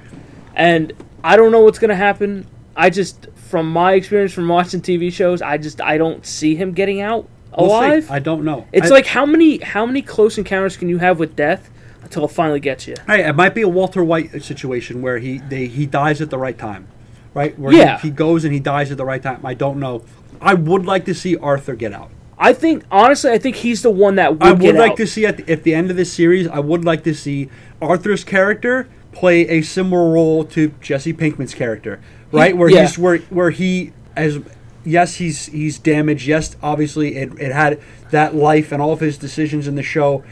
Speaker 2: And I don't know what's gonna happen. I just, from my experience from watching TV shows, I just I don't see him getting out
Speaker 1: We'll see.
Speaker 2: alive.
Speaker 1: I don't know.
Speaker 2: It's
Speaker 1: I-
Speaker 2: like how many how many close encounters can you have with death until it finally gets you?
Speaker 1: Hey, it might be a Walter White situation where he they, he dies at the right time, right? Where
Speaker 2: Yeah.
Speaker 1: he, he goes and he dies at the right time. I don't know. I would like to see Arthur get out. I
Speaker 2: think honestly, I think he's the one that would
Speaker 1: I would
Speaker 2: get
Speaker 1: like
Speaker 2: out.
Speaker 1: to see at the, at the end of this series. I would like to see Arthur's character play a similar role to Jesse Pinkman's character, right? Where
Speaker 2: yeah.
Speaker 1: he's where where he as yes he's he's damaged. Yes, obviously it, it had that life and all of his decisions in the show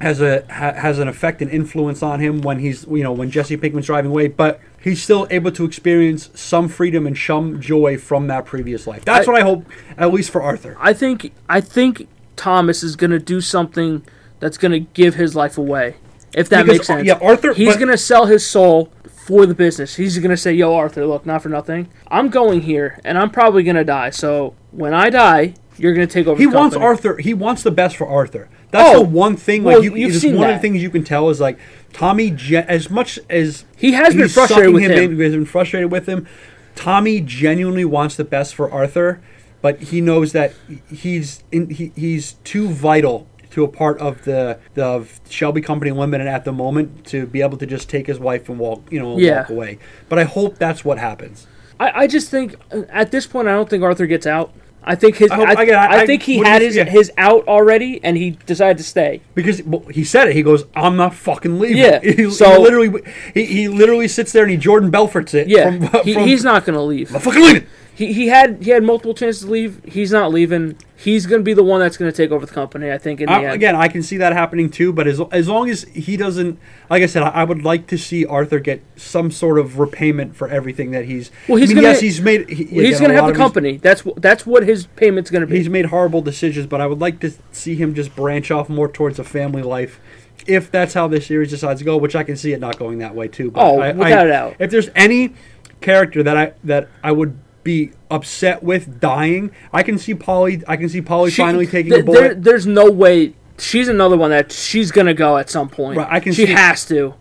Speaker 1: has a ha, has an effect and influence on him when he's you know when Jesse Pinkman's driving away, but. He's still able to experience some freedom and some joy from that previous life. That's
Speaker 2: I-
Speaker 1: what I hope, at least for Arthur.
Speaker 2: I think I think Thomas is gonna do something that's gonna give his life away. If that
Speaker 1: Because,
Speaker 2: makes sense.
Speaker 1: yeah, Arthur-
Speaker 2: He's
Speaker 1: but-
Speaker 2: gonna sell his soul for the business. He's gonna say, "Yo, Arthur, look, not for nothing. I'm going here, and I'm probably gonna die. So when I die, you're gonna take over."
Speaker 1: He
Speaker 2: the
Speaker 1: wants
Speaker 2: company."
Speaker 1: Arthur. He wants the best for Arthur. That's
Speaker 2: Oh,
Speaker 1: the one thing.
Speaker 2: well,
Speaker 1: Like you,
Speaker 2: you've
Speaker 1: it's
Speaker 2: seen
Speaker 1: one of
Speaker 2: that.
Speaker 1: the things you can tell is like Tommy. Gen- as much as
Speaker 2: He has been
Speaker 1: he's
Speaker 2: frustrated
Speaker 1: sucking
Speaker 2: with him.
Speaker 1: in, he's been frustrated with him. Tommy genuinely wants the best for Arthur, but he knows that he's in, he, he's too vital to a part of the the of Shelby Company Limited at the moment to be able to just take his wife and walk you know
Speaker 2: Yeah.
Speaker 1: walk away. But I hope that's what happens.
Speaker 2: I, I just think uh, at this point I don't think Arthur gets out. I think his I,
Speaker 1: hope- again, I-
Speaker 2: I
Speaker 1: I-
Speaker 2: think he
Speaker 1: what do you
Speaker 2: had
Speaker 1: th-
Speaker 2: his
Speaker 1: yeah.
Speaker 2: his out already and he decided to stay.
Speaker 1: because well, he said it. He goes, "I'm not fucking leaving."
Speaker 2: Yeah,
Speaker 1: He, he
Speaker 2: so-
Speaker 1: literally, he, he literally sits there and he Jordan Belfort's it.
Speaker 2: Yeah,
Speaker 1: from,
Speaker 2: he,
Speaker 1: from-
Speaker 2: he's not going to leave.
Speaker 1: I'm fucking leaving.
Speaker 2: He, he had he had multiple chances to leave. He's not leaving. He's going to be the one that's going to take over the company. I think in the
Speaker 1: I,
Speaker 2: end.
Speaker 1: Uh, again, I can see that happening too. But as as long as he doesn't, like I said, I, I would like to see Arthur get some sort of repayment for everything that he's.
Speaker 2: Well, he's
Speaker 1: I mean,
Speaker 2: gonna-
Speaker 1: yes, he's made. He,
Speaker 2: Well, he's
Speaker 1: again,
Speaker 2: going
Speaker 1: a lot
Speaker 2: to have
Speaker 1: of
Speaker 2: the
Speaker 1: his-
Speaker 2: company. That's wh- that's what his payment's going to be.
Speaker 1: He's made horrible decisions, but I would like to see him just branch off more towards a family life, if that's how this series decides to go. Which I can see it not going that way too. But
Speaker 2: Oh,
Speaker 1: I,
Speaker 2: without
Speaker 1: I,
Speaker 2: a doubt.
Speaker 1: If there's any character that I that I would be upset with dying, I can see Polly. I can see Polly
Speaker 2: She-
Speaker 1: finally taking
Speaker 2: th-
Speaker 1: a
Speaker 2: there-
Speaker 1: bullet.
Speaker 2: there's no way. She's another one that she's going to go at some point.
Speaker 1: Right, I can
Speaker 2: she
Speaker 1: see-
Speaker 2: has to.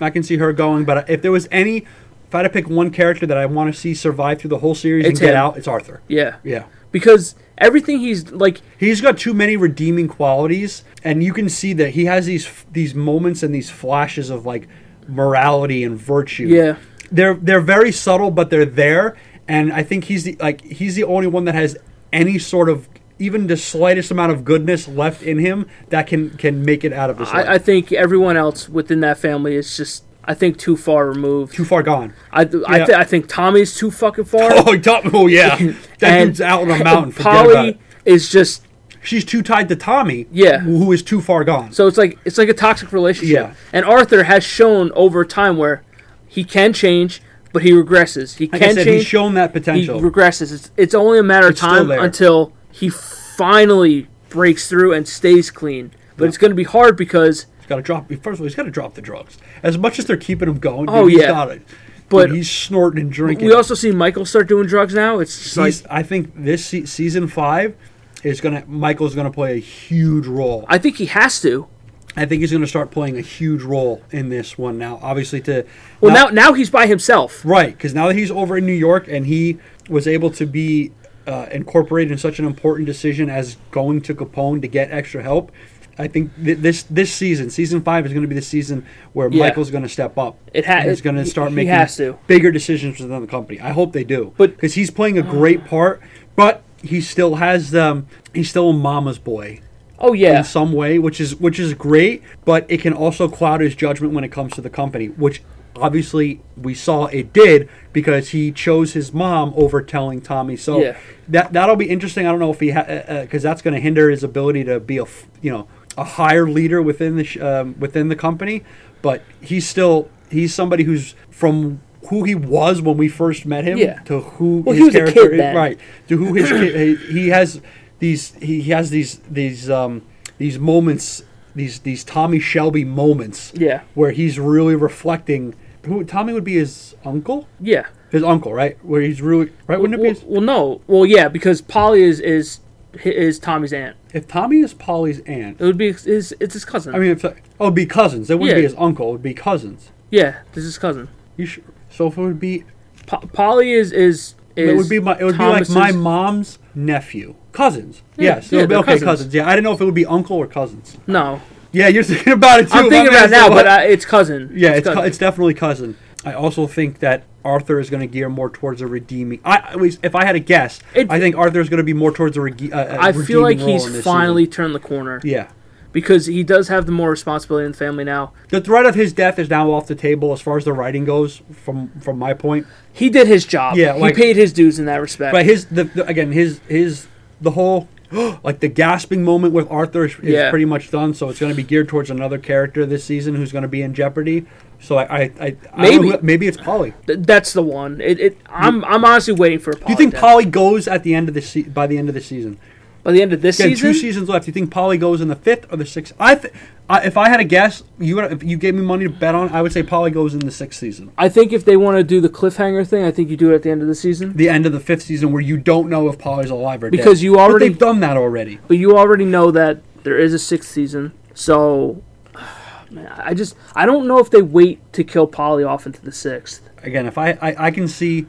Speaker 1: I can see her going. But if there was any, if I had to pick one character that I want to see survive through the whole series
Speaker 2: It's
Speaker 1: and get
Speaker 2: him.
Speaker 1: out, it's Arthur.
Speaker 2: Yeah.
Speaker 1: Yeah.
Speaker 2: Because everything he's like
Speaker 1: He's got too many redeeming qualities, and you can see that he has these these moments and these flashes of like morality and virtue.
Speaker 2: Yeah.
Speaker 1: they're they're very subtle, but they're there. And I think he's the like he's the only one that has any sort of even the slightest amount of goodness left in him that can can make it out of this life.
Speaker 2: I, I think everyone else within that family is just, I think, too far removed.
Speaker 1: Too far gone.
Speaker 2: I, I,
Speaker 1: Yeah.
Speaker 2: th- I think Tommy's too fucking far.
Speaker 1: Oh, Tom, oh yeah, that dude's out on a mountain. Forget about it.
Speaker 2: Polly is just
Speaker 1: She's too tied to Tommy.
Speaker 2: Yeah.
Speaker 1: who is too far gone.
Speaker 2: so it's like it's like a toxic relationship.
Speaker 1: Yeah.
Speaker 2: And Arthur has shown over time where he can change, but he regresses. He
Speaker 1: like
Speaker 2: can
Speaker 1: I said,
Speaker 2: change.
Speaker 1: he's shown that
Speaker 2: he
Speaker 1: potential.
Speaker 2: regresses. It's, it's only a matter of
Speaker 1: It's still
Speaker 2: time
Speaker 1: there.
Speaker 2: until he finally breaks through and stays clean. But it's going to be hard because
Speaker 1: he's got to drop. First of all, he's got to drop the drugs. As much as they're keeping him going,
Speaker 2: Oh,
Speaker 1: dude, he's
Speaker 2: yeah.
Speaker 1: got it.
Speaker 2: But-
Speaker 1: Dude, he's snorting and drinking.
Speaker 2: we also see Michael start doing drugs now. It's just like
Speaker 1: He's- I think this se- season five is gonna Michael's gonna play a huge role.
Speaker 2: I think he has to.
Speaker 1: I think he's gonna start playing a huge role in this one now. Obviously, to
Speaker 2: Well, now now he's by himself.
Speaker 1: Right, because now that he's over in New York and he was able to be uh, incorporated in such an important decision as going to Capone to get extra help, I think th- this this season, season five, is going to be the season where
Speaker 2: Yeah.
Speaker 1: Michael's going to step up.
Speaker 2: It ha-
Speaker 1: and He's going to
Speaker 2: he-
Speaker 1: start
Speaker 2: he
Speaker 1: making
Speaker 2: has to.
Speaker 1: bigger decisions within the company. I hope they do,
Speaker 2: But-
Speaker 1: because he's playing a great part, but he still has um he's still a mama's boy
Speaker 2: Oh yeah,
Speaker 1: in some way, which is which is great, but it can also cloud his judgment when it comes to the company, which obviously we saw it did because he chose his mom over telling Tommy. So
Speaker 2: Yeah.
Speaker 1: that that'll be interesting. I don't know if he because uh uh 'cause that's going to hinder his ability to be a f- you know a higher leader within the sh- um, within the company, but he's still he's somebody who's from. Who he was when we first met him
Speaker 2: Yeah.
Speaker 1: to who
Speaker 2: Well, he
Speaker 1: his
Speaker 2: was a
Speaker 1: character
Speaker 2: kid
Speaker 1: is-
Speaker 2: then.
Speaker 1: right? to who his kid, he, he has these he has these these um these moments these these Tommy Shelby moments
Speaker 2: Yeah.
Speaker 1: where he's really reflecting who Tommy would be his uncle
Speaker 2: yeah.
Speaker 1: his uncle right where he's really right wouldn't it be
Speaker 2: Well,
Speaker 1: his,
Speaker 2: well, no. Well, yeah, because Polly is is is Tommy's aunt.
Speaker 1: if Tommy is Polly's aunt
Speaker 2: It would be his. It's his cousin.
Speaker 1: I mean if, oh it'd be cousins it wouldn't be
Speaker 2: Yeah.
Speaker 1: his uncle it would be cousins
Speaker 2: yeah, this is his cousin.
Speaker 1: you should, so if it would be
Speaker 2: Po- Polly is is is.
Speaker 1: it would be my it would
Speaker 2: Thomas's-
Speaker 1: be like my mom's nephew cousins
Speaker 2: Yeah,
Speaker 1: yes
Speaker 2: yeah,
Speaker 1: it would be-
Speaker 2: they're
Speaker 1: okay cousins.
Speaker 2: cousins.
Speaker 1: yeah I didn't know if it would be uncle or cousins
Speaker 2: No,
Speaker 1: yeah you're thinking about it too
Speaker 2: I'm
Speaker 1: my
Speaker 2: thinking about
Speaker 1: man,
Speaker 2: it
Speaker 1: so
Speaker 2: now,
Speaker 1: what-
Speaker 2: but I, it's cousin.
Speaker 1: Yeah, it's,
Speaker 2: cousin.
Speaker 1: cou- it's definitely cousin. I also think that Arthur is going to gear more towards a redeeming. I at least if I had a guess,
Speaker 2: It-
Speaker 1: I think Arthur is going to be more towards a, rege- uh, a
Speaker 2: I feel like
Speaker 1: redeeming role in
Speaker 2: he's
Speaker 1: this
Speaker 2: finally turned the corner
Speaker 1: season. yeah.
Speaker 2: because he does have the more responsibility in the family now.
Speaker 1: The threat of his death is now off the table as far as the writing goes, from from my point.
Speaker 2: He did his job.
Speaker 1: Yeah, like-
Speaker 2: he paid his dues in that respect.
Speaker 1: But his the, the again his his the whole like the gasping moment with Arthur is, is
Speaker 2: Yeah.
Speaker 1: pretty much done. So it's going to be geared towards another character this season who's going to be in jeopardy. So I I, I, I don't
Speaker 2: Maybe.
Speaker 1: know who- maybe it's Polly.
Speaker 2: Th- that's the one. It, it, I'm I'm honestly waiting for. A Polly
Speaker 1: Do you think
Speaker 2: death.
Speaker 1: Polly goes at the end of the se- by the end of the season?
Speaker 2: by the end of this
Speaker 1: Again,
Speaker 2: season?
Speaker 1: two seasons left. You think Polly goes in the fifth or the sixth? I, th- I if I had a guess, you would, if you gave me money to bet on, I would say Polly goes in the sixth season,
Speaker 2: I think if they want to do the cliffhanger thing, I think you do it at the end of the season.
Speaker 1: the end of the fifth season, where you don't know if Polly's alive or dead.
Speaker 2: Because you
Speaker 1: But
Speaker 2: already-
Speaker 1: they've done that already.
Speaker 2: But you already know that there is a sixth season, so man, I just I don't know if they wait to kill Polly off into the sixth.
Speaker 1: Again, if I I, I can see,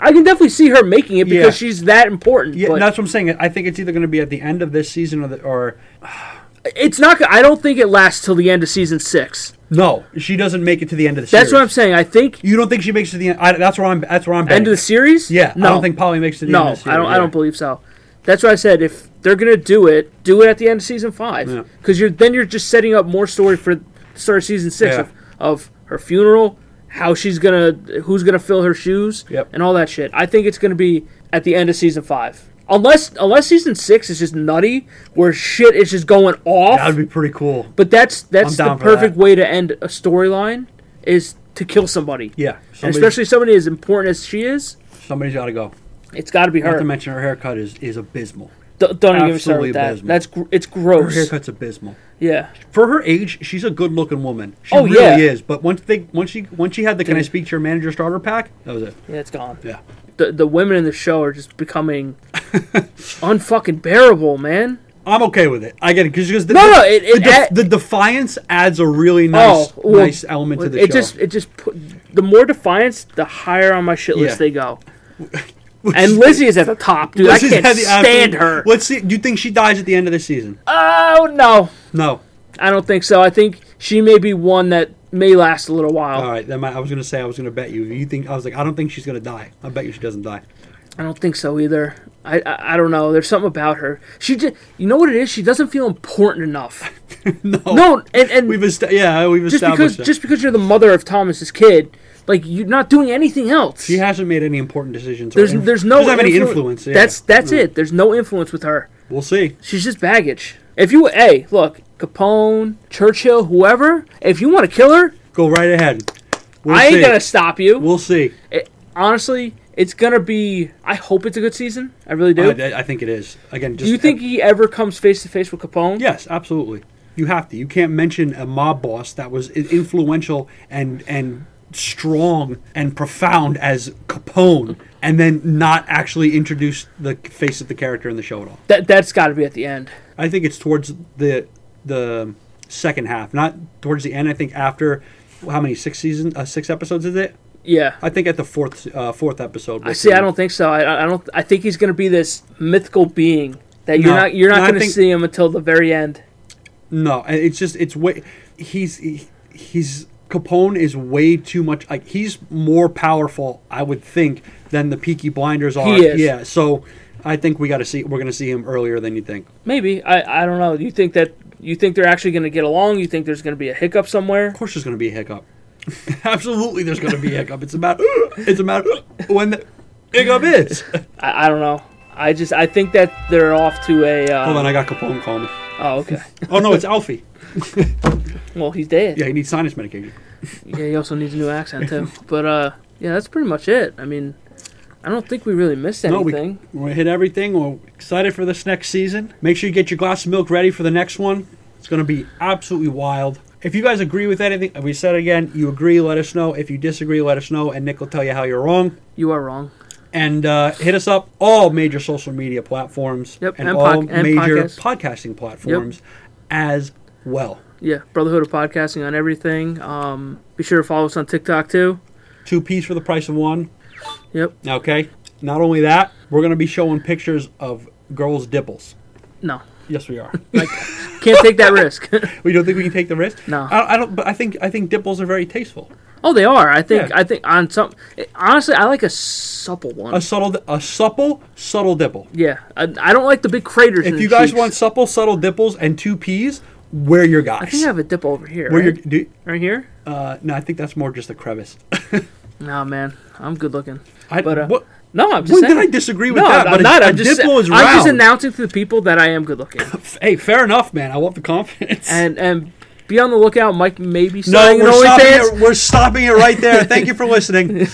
Speaker 2: I can definitely see her making it because
Speaker 1: Yeah.
Speaker 2: she's that important.
Speaker 1: yeah,
Speaker 2: but
Speaker 1: that's what I'm saying. I think it's either going to be at the end of this season or the, or
Speaker 2: it's not. go- I don't think it lasts till the end of season six.
Speaker 1: no, she doesn't make it to the end of the.
Speaker 2: That's
Speaker 1: series.
Speaker 2: what I'm saying. I think
Speaker 1: You don't think she makes it to the end? I, that's where I'm. That's where I'm.
Speaker 2: end
Speaker 1: betting.
Speaker 2: of the series.
Speaker 1: Yeah,
Speaker 2: no,
Speaker 1: I don't think Polly makes it to the
Speaker 2: no,
Speaker 1: end. of the
Speaker 2: I don't.
Speaker 1: series,
Speaker 2: I don't
Speaker 1: yeah.
Speaker 2: believe so. That's why I said if they're gonna do it, do it at the end of season five,
Speaker 1: Yeah.
Speaker 2: because you're then you're just setting up more story for the start of season six
Speaker 1: Yeah.
Speaker 2: of, of her funeral, how she's gonna, who's gonna fill her shoes,
Speaker 1: Yep.
Speaker 2: and all that shit. I think it's gonna be at the end of season five, unless unless season six is just nutty where shit is just going off.
Speaker 1: That would be pretty cool.
Speaker 2: but that's that's
Speaker 1: I'm
Speaker 2: the
Speaker 1: down for that.
Speaker 2: perfect way to end a storyline is to kill somebody,
Speaker 1: Yeah,
Speaker 2: and
Speaker 1: somebody's,
Speaker 2: especially somebody as important as she is.
Speaker 1: somebody's got to go.
Speaker 2: It's got to be
Speaker 1: Not
Speaker 2: her.
Speaker 1: to mention her haircut is is abysmal.
Speaker 2: D- don't even get me started
Speaker 1: Absolutely
Speaker 2: with that.
Speaker 1: abysmal.
Speaker 2: That's gr- it's
Speaker 1: Her
Speaker 2: gross.
Speaker 1: haircut's abysmal.
Speaker 2: Yeah,
Speaker 1: For her age, she's a good-looking woman. She
Speaker 2: Oh,
Speaker 1: really
Speaker 2: yeah.
Speaker 1: is. But once they once she once she had the "Can I speak to your manager?" starter pack, that was it.
Speaker 2: yeah, it's gone.
Speaker 1: Yeah,
Speaker 2: The the women in the show are just becoming unfucking bearable, man.
Speaker 1: I'm okay with it. I get it because the,
Speaker 2: No,
Speaker 1: the,
Speaker 2: no, it-
Speaker 1: the,
Speaker 2: it
Speaker 1: def-
Speaker 2: add-
Speaker 1: the defiance adds a really nice
Speaker 2: oh, well,
Speaker 1: nice element to the
Speaker 2: it
Speaker 1: show.
Speaker 2: just it just put the more defiance, the higher on my shit list
Speaker 1: Yeah.
Speaker 2: they go. and Lizzie is at the top, dude.
Speaker 1: She's
Speaker 2: I can't
Speaker 1: had the absolute-
Speaker 2: stand her.
Speaker 1: Let's see. Do you think she dies at the end of the season?
Speaker 2: Oh no,
Speaker 1: No.
Speaker 2: I don't think so. I think she may be one that may last a little while.
Speaker 1: All right. Then my, I was gonna say I was gonna bet you. You think I was like I don't think she's gonna die. I bet you she doesn't die.
Speaker 2: I don't think so either. I, I I don't know. There's something about her. She just you know what it is. She doesn't feel important enough.
Speaker 1: no,
Speaker 2: No, and and
Speaker 1: we've est- yeah we've
Speaker 2: just because
Speaker 1: established that.
Speaker 2: just because you're the mother of Thomas's kid, like you're not doing anything else.
Speaker 1: she hasn't made any important decisions. or
Speaker 2: there's
Speaker 1: inf-
Speaker 2: there's no
Speaker 1: doesn't have any
Speaker 2: influ-
Speaker 1: influence. yeah. Mm.
Speaker 2: That's that's it. There's no influence with her.
Speaker 1: we'll see.
Speaker 2: She's just baggage. If you hey look Capone, Churchill, whoever, if you want to kill her,
Speaker 1: Go right ahead. We'll
Speaker 2: I ain't
Speaker 1: see.
Speaker 2: gonna stop you.
Speaker 1: We'll see.
Speaker 2: It- honestly, it's gonna be. I hope it's a good season. I really do.
Speaker 1: I, I think it is. Again, just
Speaker 2: do you think he ever comes face to face with Capone?
Speaker 1: Yes, absolutely. You have to. You can't mention a mob boss that was i- influential and and strong and profound as Capone, and then not actually introduce the face of the character in the show at all.
Speaker 2: That that's got to be at the end.
Speaker 1: I think it's towards the the second half, not towards the end. I think after how many six season uh, six episodes is it?
Speaker 2: Yeah.
Speaker 1: I think at the fourth uh, fourth episode.
Speaker 2: I see. I don't think so. I, I don't. I think he's gonna be this mythical being that you're
Speaker 1: No.
Speaker 2: not. You're not
Speaker 1: No, I
Speaker 2: gonna
Speaker 1: think-
Speaker 2: see him until the very end.
Speaker 1: No, and it's just it's way he's he- he's Capone is way too much like he's more powerful I would think than the Peaky Blinders are.
Speaker 2: He is.
Speaker 1: Yeah, so I think we got to see we're going to see him earlier than you think. Of
Speaker 2: Maybe. I. I don't know. You think that. You think they're actually going to get along? You think there's going to be a hiccup somewhere?
Speaker 1: course there's going to be a hiccup. Absolutely there's going to be a hiccup. It's about it's about when the hiccup is.
Speaker 2: I, I don't know. I just I think that they're off to a. Uh,
Speaker 1: Hold on, I got Capone calling me.
Speaker 2: Oh, okay.
Speaker 1: Oh no, it's Alfie.
Speaker 2: Well, he's dead.
Speaker 1: Yeah, he needs sinus medication.
Speaker 2: Yeah, he also needs a new accent too. But uh, yeah, that's pretty much it. I mean, I don't think we really missed
Speaker 1: No, we-
Speaker 2: anything.
Speaker 1: We hit everything. We're excited for this next season. Make sure you get your glass of milk ready for the next one. It's going to be absolutely wild. If you guys agree with anything we said again, you agree, let us know. If you disagree, let us know, and Nick will tell you how you're wrong.
Speaker 2: You are wrong.
Speaker 1: And uh, hit us up all major social media platforms
Speaker 2: Yep,
Speaker 1: and,
Speaker 2: and
Speaker 1: all
Speaker 2: pod- and
Speaker 1: major
Speaker 2: podcasts.
Speaker 1: podcasting platforms as well.
Speaker 2: Yeah, Brotherhood of Podcasting on everything. Um, be sure to follow us on TikTok too.
Speaker 1: Two piece for the price of one.
Speaker 2: Yep.
Speaker 1: Okay. Not only that, we're going to be showing pictures of girls' dipples.
Speaker 2: No,
Speaker 1: Yes, we are.
Speaker 2: can't take that risk.
Speaker 1: We don't think we can take the risk.
Speaker 2: No.
Speaker 1: I, I don't. But I think I think dipples are very tasteful.
Speaker 2: oh, they are. I think.
Speaker 1: Yeah.
Speaker 2: I think on some. Honestly, I like a supple one.
Speaker 1: A subtle, a supple, subtle dipple.
Speaker 2: yeah, I, I don't like the big craters. in
Speaker 1: If
Speaker 2: the
Speaker 1: you guys
Speaker 2: cheeks.
Speaker 1: want supple, subtle dipples and two peas, where your guys?
Speaker 2: I think I have a dip over here.
Speaker 1: where your
Speaker 2: right?
Speaker 1: do,
Speaker 2: right here?
Speaker 1: uh, no, I think that's more just a crevice.
Speaker 2: Nah, man, I'm good looking.
Speaker 1: I,
Speaker 2: But, uh,
Speaker 1: what,
Speaker 2: No, I'm just
Speaker 1: when
Speaker 2: saying.
Speaker 1: did I disagree with
Speaker 2: no,
Speaker 1: that?
Speaker 2: I'm
Speaker 1: but
Speaker 2: not.
Speaker 1: A,
Speaker 2: i
Speaker 1: a
Speaker 2: I'm just.
Speaker 1: dipple is round.
Speaker 2: I'm just announcing to the people that I am good looking.
Speaker 1: hey, fair enough, man. I love the confidence.
Speaker 2: and and be on the lookout. Mike may be
Speaker 1: no,
Speaker 2: starting
Speaker 1: we're
Speaker 2: an
Speaker 1: stopping,
Speaker 2: OnlyFans.
Speaker 1: it, we're stopping it right there. Thank you for listening.